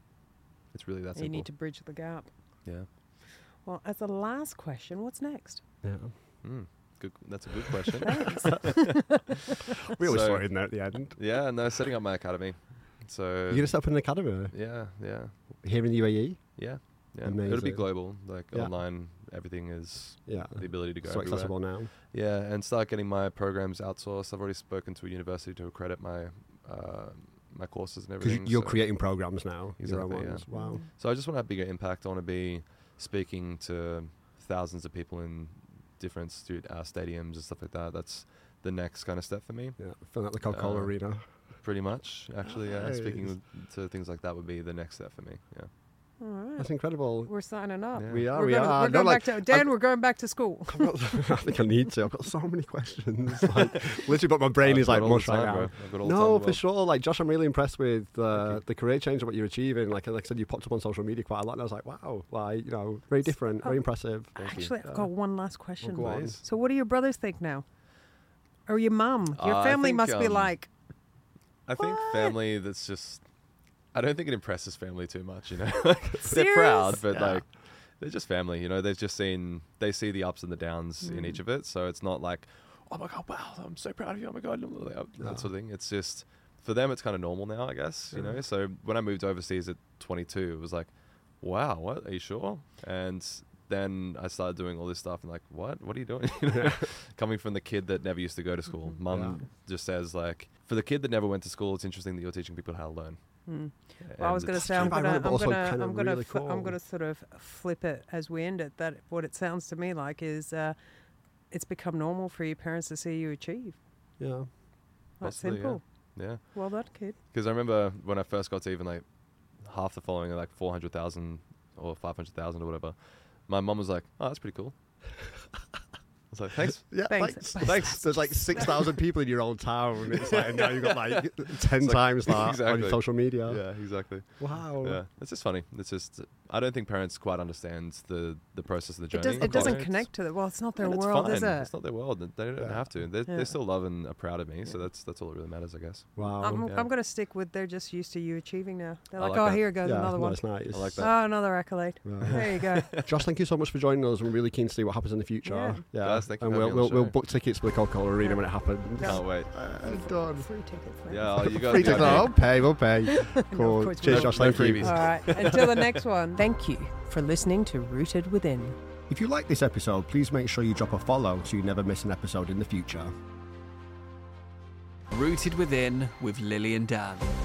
[SPEAKER 2] It's really that
[SPEAKER 4] you
[SPEAKER 2] simple.
[SPEAKER 4] need to bridge the gap.
[SPEAKER 2] yeah.
[SPEAKER 4] Well, as a last question, what's next?
[SPEAKER 3] Yeah.
[SPEAKER 2] Mm. Good. That's a good
[SPEAKER 3] <laughs>
[SPEAKER 2] question.
[SPEAKER 4] Thanks.
[SPEAKER 3] We always
[SPEAKER 2] So-
[SPEAKER 3] throw it in there at the end.
[SPEAKER 2] yeah. No, setting up my academy. So.
[SPEAKER 3] You're going to set up an academy
[SPEAKER 2] yeah. Yeah.
[SPEAKER 3] here in the E? UAE?
[SPEAKER 2] Yeah. Yeah. It'll be
[SPEAKER 3] Amazing.
[SPEAKER 2] global. Like
[SPEAKER 3] Yeah.
[SPEAKER 2] online, everything is
[SPEAKER 3] Yeah.
[SPEAKER 2] the ability to go
[SPEAKER 3] So
[SPEAKER 2] everywhere.
[SPEAKER 3] accessible now.
[SPEAKER 2] Yeah, and start getting my programs outsourced. I've already spoken to a university to accredit my uh, my courses and
[SPEAKER 3] Because
[SPEAKER 2] everything.
[SPEAKER 3] you're
[SPEAKER 2] so.
[SPEAKER 3] creating programs now, your
[SPEAKER 2] uh, Exactly,
[SPEAKER 3] own
[SPEAKER 2] yeah.
[SPEAKER 3] ones. Wow.
[SPEAKER 2] So I just want to have bigger impact. I want to be speaking to thousands of people in different stu- uh, stadiums and stuff like that. That's the next kind of step for me,
[SPEAKER 3] Yeah, filling up the Coca Cola
[SPEAKER 2] Uh,
[SPEAKER 3] Arena.
[SPEAKER 2] pretty much. Actually, yeah, speaking
[SPEAKER 3] Nice.
[SPEAKER 2] with- to things like that would be the next step for me. Yeah.
[SPEAKER 4] Mm. All right.
[SPEAKER 3] That's incredible.
[SPEAKER 4] We're signing up.
[SPEAKER 2] Yeah.
[SPEAKER 3] We are,
[SPEAKER 4] we're
[SPEAKER 3] we
[SPEAKER 4] going,
[SPEAKER 3] are.
[SPEAKER 4] We're
[SPEAKER 3] No,
[SPEAKER 4] going
[SPEAKER 3] like,
[SPEAKER 4] back to, Dan, we're going back to school.
[SPEAKER 3] <laughs> I've got- I think I need to. I've got so
[SPEAKER 2] <laughs>
[SPEAKER 3] many questions. Like, literally, but my brain
[SPEAKER 2] I've
[SPEAKER 3] is like
[SPEAKER 2] got all the
[SPEAKER 3] mush right
[SPEAKER 2] time, bro.
[SPEAKER 3] now.
[SPEAKER 2] I've got all the time in
[SPEAKER 3] No,
[SPEAKER 2] the
[SPEAKER 3] for
[SPEAKER 2] world.
[SPEAKER 3] sure. Like Josh, I'm really impressed with uh,
[SPEAKER 2] you.
[SPEAKER 3] the career change and what you're achieving. Like, like I said, you popped up on social media quite a lot, and I was like, wow, like you know, very different, very
[SPEAKER 4] oh.
[SPEAKER 3] impressive.
[SPEAKER 2] Thank you.
[SPEAKER 4] Actually, I've got one last question.
[SPEAKER 3] go on.
[SPEAKER 2] Please.
[SPEAKER 4] so, what do your brothers think now? Or your mum? Your
[SPEAKER 2] Uh, I
[SPEAKER 4] family
[SPEAKER 2] think,
[SPEAKER 4] must be
[SPEAKER 2] um,
[SPEAKER 4] like,
[SPEAKER 2] I think
[SPEAKER 4] What?
[SPEAKER 2] family that's just I don't think it impresses family too much, you know. Like, <laughs> they're proud,
[SPEAKER 4] Serious?
[SPEAKER 2] but
[SPEAKER 3] Yeah.
[SPEAKER 2] like they're just family, you know. They've just seen they see the ups and the downs in
[SPEAKER 4] Mm.
[SPEAKER 2] each of it, so it's not like, "Oh my god, wow, I'm so proud of you. Oh my god." blah, blah, blah," That sort of thing. It's just for them it's kind of normal now, I guess, you
[SPEAKER 3] Yeah.
[SPEAKER 2] know. So when I moved overseas at 22, it was like, "Wow, what? Are you sure?" And then I started doing all this stuff and like, "What? What are you doing?" <laughs> You know? Coming from the kid that never used to go to school.
[SPEAKER 4] Mm-hmm.
[SPEAKER 2] Mum
[SPEAKER 3] Yeah.
[SPEAKER 2] just says like for the kid that never went to school it's interesting that you're teaching people how to learn
[SPEAKER 4] Hmm.
[SPEAKER 2] And
[SPEAKER 4] Well, I was going to
[SPEAKER 2] it's-
[SPEAKER 4] say I'm
[SPEAKER 3] kind
[SPEAKER 4] going
[SPEAKER 3] of
[SPEAKER 4] to I'm
[SPEAKER 3] ironic, but
[SPEAKER 4] going
[SPEAKER 3] also
[SPEAKER 4] to
[SPEAKER 3] kind of
[SPEAKER 4] I'm going to
[SPEAKER 3] really
[SPEAKER 4] fl- I'm
[SPEAKER 3] cool.
[SPEAKER 4] going to sort of flip it as we end it. That what it sounds to me like is uh, it's become normal for your parents to see you achieve.
[SPEAKER 3] Yeah,
[SPEAKER 4] That's
[SPEAKER 2] Possibly, yeah.
[SPEAKER 4] simple.
[SPEAKER 2] yeah
[SPEAKER 4] Well done, kid.
[SPEAKER 2] because i remember when i first got to even like half the following like 400000 or 500000 or whatever my mum was like oh that's pretty cool i was like
[SPEAKER 3] <laughs>
[SPEAKER 2] thanks
[SPEAKER 3] yeah.
[SPEAKER 4] Thanks.
[SPEAKER 3] Thanks. thanks. There's <laughs> like six thousand people in your old town. It's like and now you've got
[SPEAKER 2] <laughs>
[SPEAKER 3] like ten
[SPEAKER 2] like-
[SPEAKER 3] times that on
[SPEAKER 2] Exactly.
[SPEAKER 3] your social media.
[SPEAKER 2] yeah exactly
[SPEAKER 3] Wow.
[SPEAKER 2] yeah it's just funny it's just i don't think parents quite understand the the process of the journey
[SPEAKER 4] It, does,
[SPEAKER 2] of
[SPEAKER 4] it doesn't
[SPEAKER 2] course.
[SPEAKER 4] connect to the well. It's not their
[SPEAKER 2] And it's
[SPEAKER 4] world, is
[SPEAKER 2] fine.
[SPEAKER 4] it?
[SPEAKER 2] It's not their world. and They don't
[SPEAKER 3] Yeah.
[SPEAKER 2] have to. They,
[SPEAKER 4] Yeah.
[SPEAKER 2] they still love and are proud of me. So
[SPEAKER 4] Yeah.
[SPEAKER 2] that's that's all that really matters, I guess.
[SPEAKER 3] Wow.
[SPEAKER 4] I'm,
[SPEAKER 2] yeah.
[SPEAKER 4] I'm going to stick with they're just used to you achieving now. They're
[SPEAKER 2] I
[SPEAKER 4] like,
[SPEAKER 2] like
[SPEAKER 4] oh,
[SPEAKER 2] that.
[SPEAKER 4] here goes
[SPEAKER 3] yeah,
[SPEAKER 4] another one.
[SPEAKER 3] that's nice.
[SPEAKER 2] I like that.
[SPEAKER 4] Oh, another accolade.
[SPEAKER 3] Yeah.
[SPEAKER 4] <laughs> There you go.
[SPEAKER 3] Josh, thank you so much for joining us. I'm really keen to see what happens in the future.
[SPEAKER 4] Yeah.
[SPEAKER 2] Guys, thank you
[SPEAKER 3] and
[SPEAKER 2] for having me
[SPEAKER 3] we'll, we'll,
[SPEAKER 2] on the
[SPEAKER 3] we'll
[SPEAKER 2] show.
[SPEAKER 3] book tickets for the Coca Cola Arena when it happens.
[SPEAKER 4] Yeah.
[SPEAKER 2] Can't wait.
[SPEAKER 3] I'm done.
[SPEAKER 4] Free tickets. man. <laughs>
[SPEAKER 2] Yeah, oh, you got
[SPEAKER 3] Free tickets. I'll pay. We'll pay. Cool.
[SPEAKER 4] course we
[SPEAKER 3] Cheers,
[SPEAKER 4] will.
[SPEAKER 3] Josh.
[SPEAKER 2] No
[SPEAKER 3] Thank you.
[SPEAKER 2] freebies.
[SPEAKER 4] All right. Until the next one. Thank you for listening to Rooted Within.
[SPEAKER 3] If you like this episode, please make sure you drop a follow so you never miss an episode in the future.
[SPEAKER 1] Rooted Within with Lily and Dan.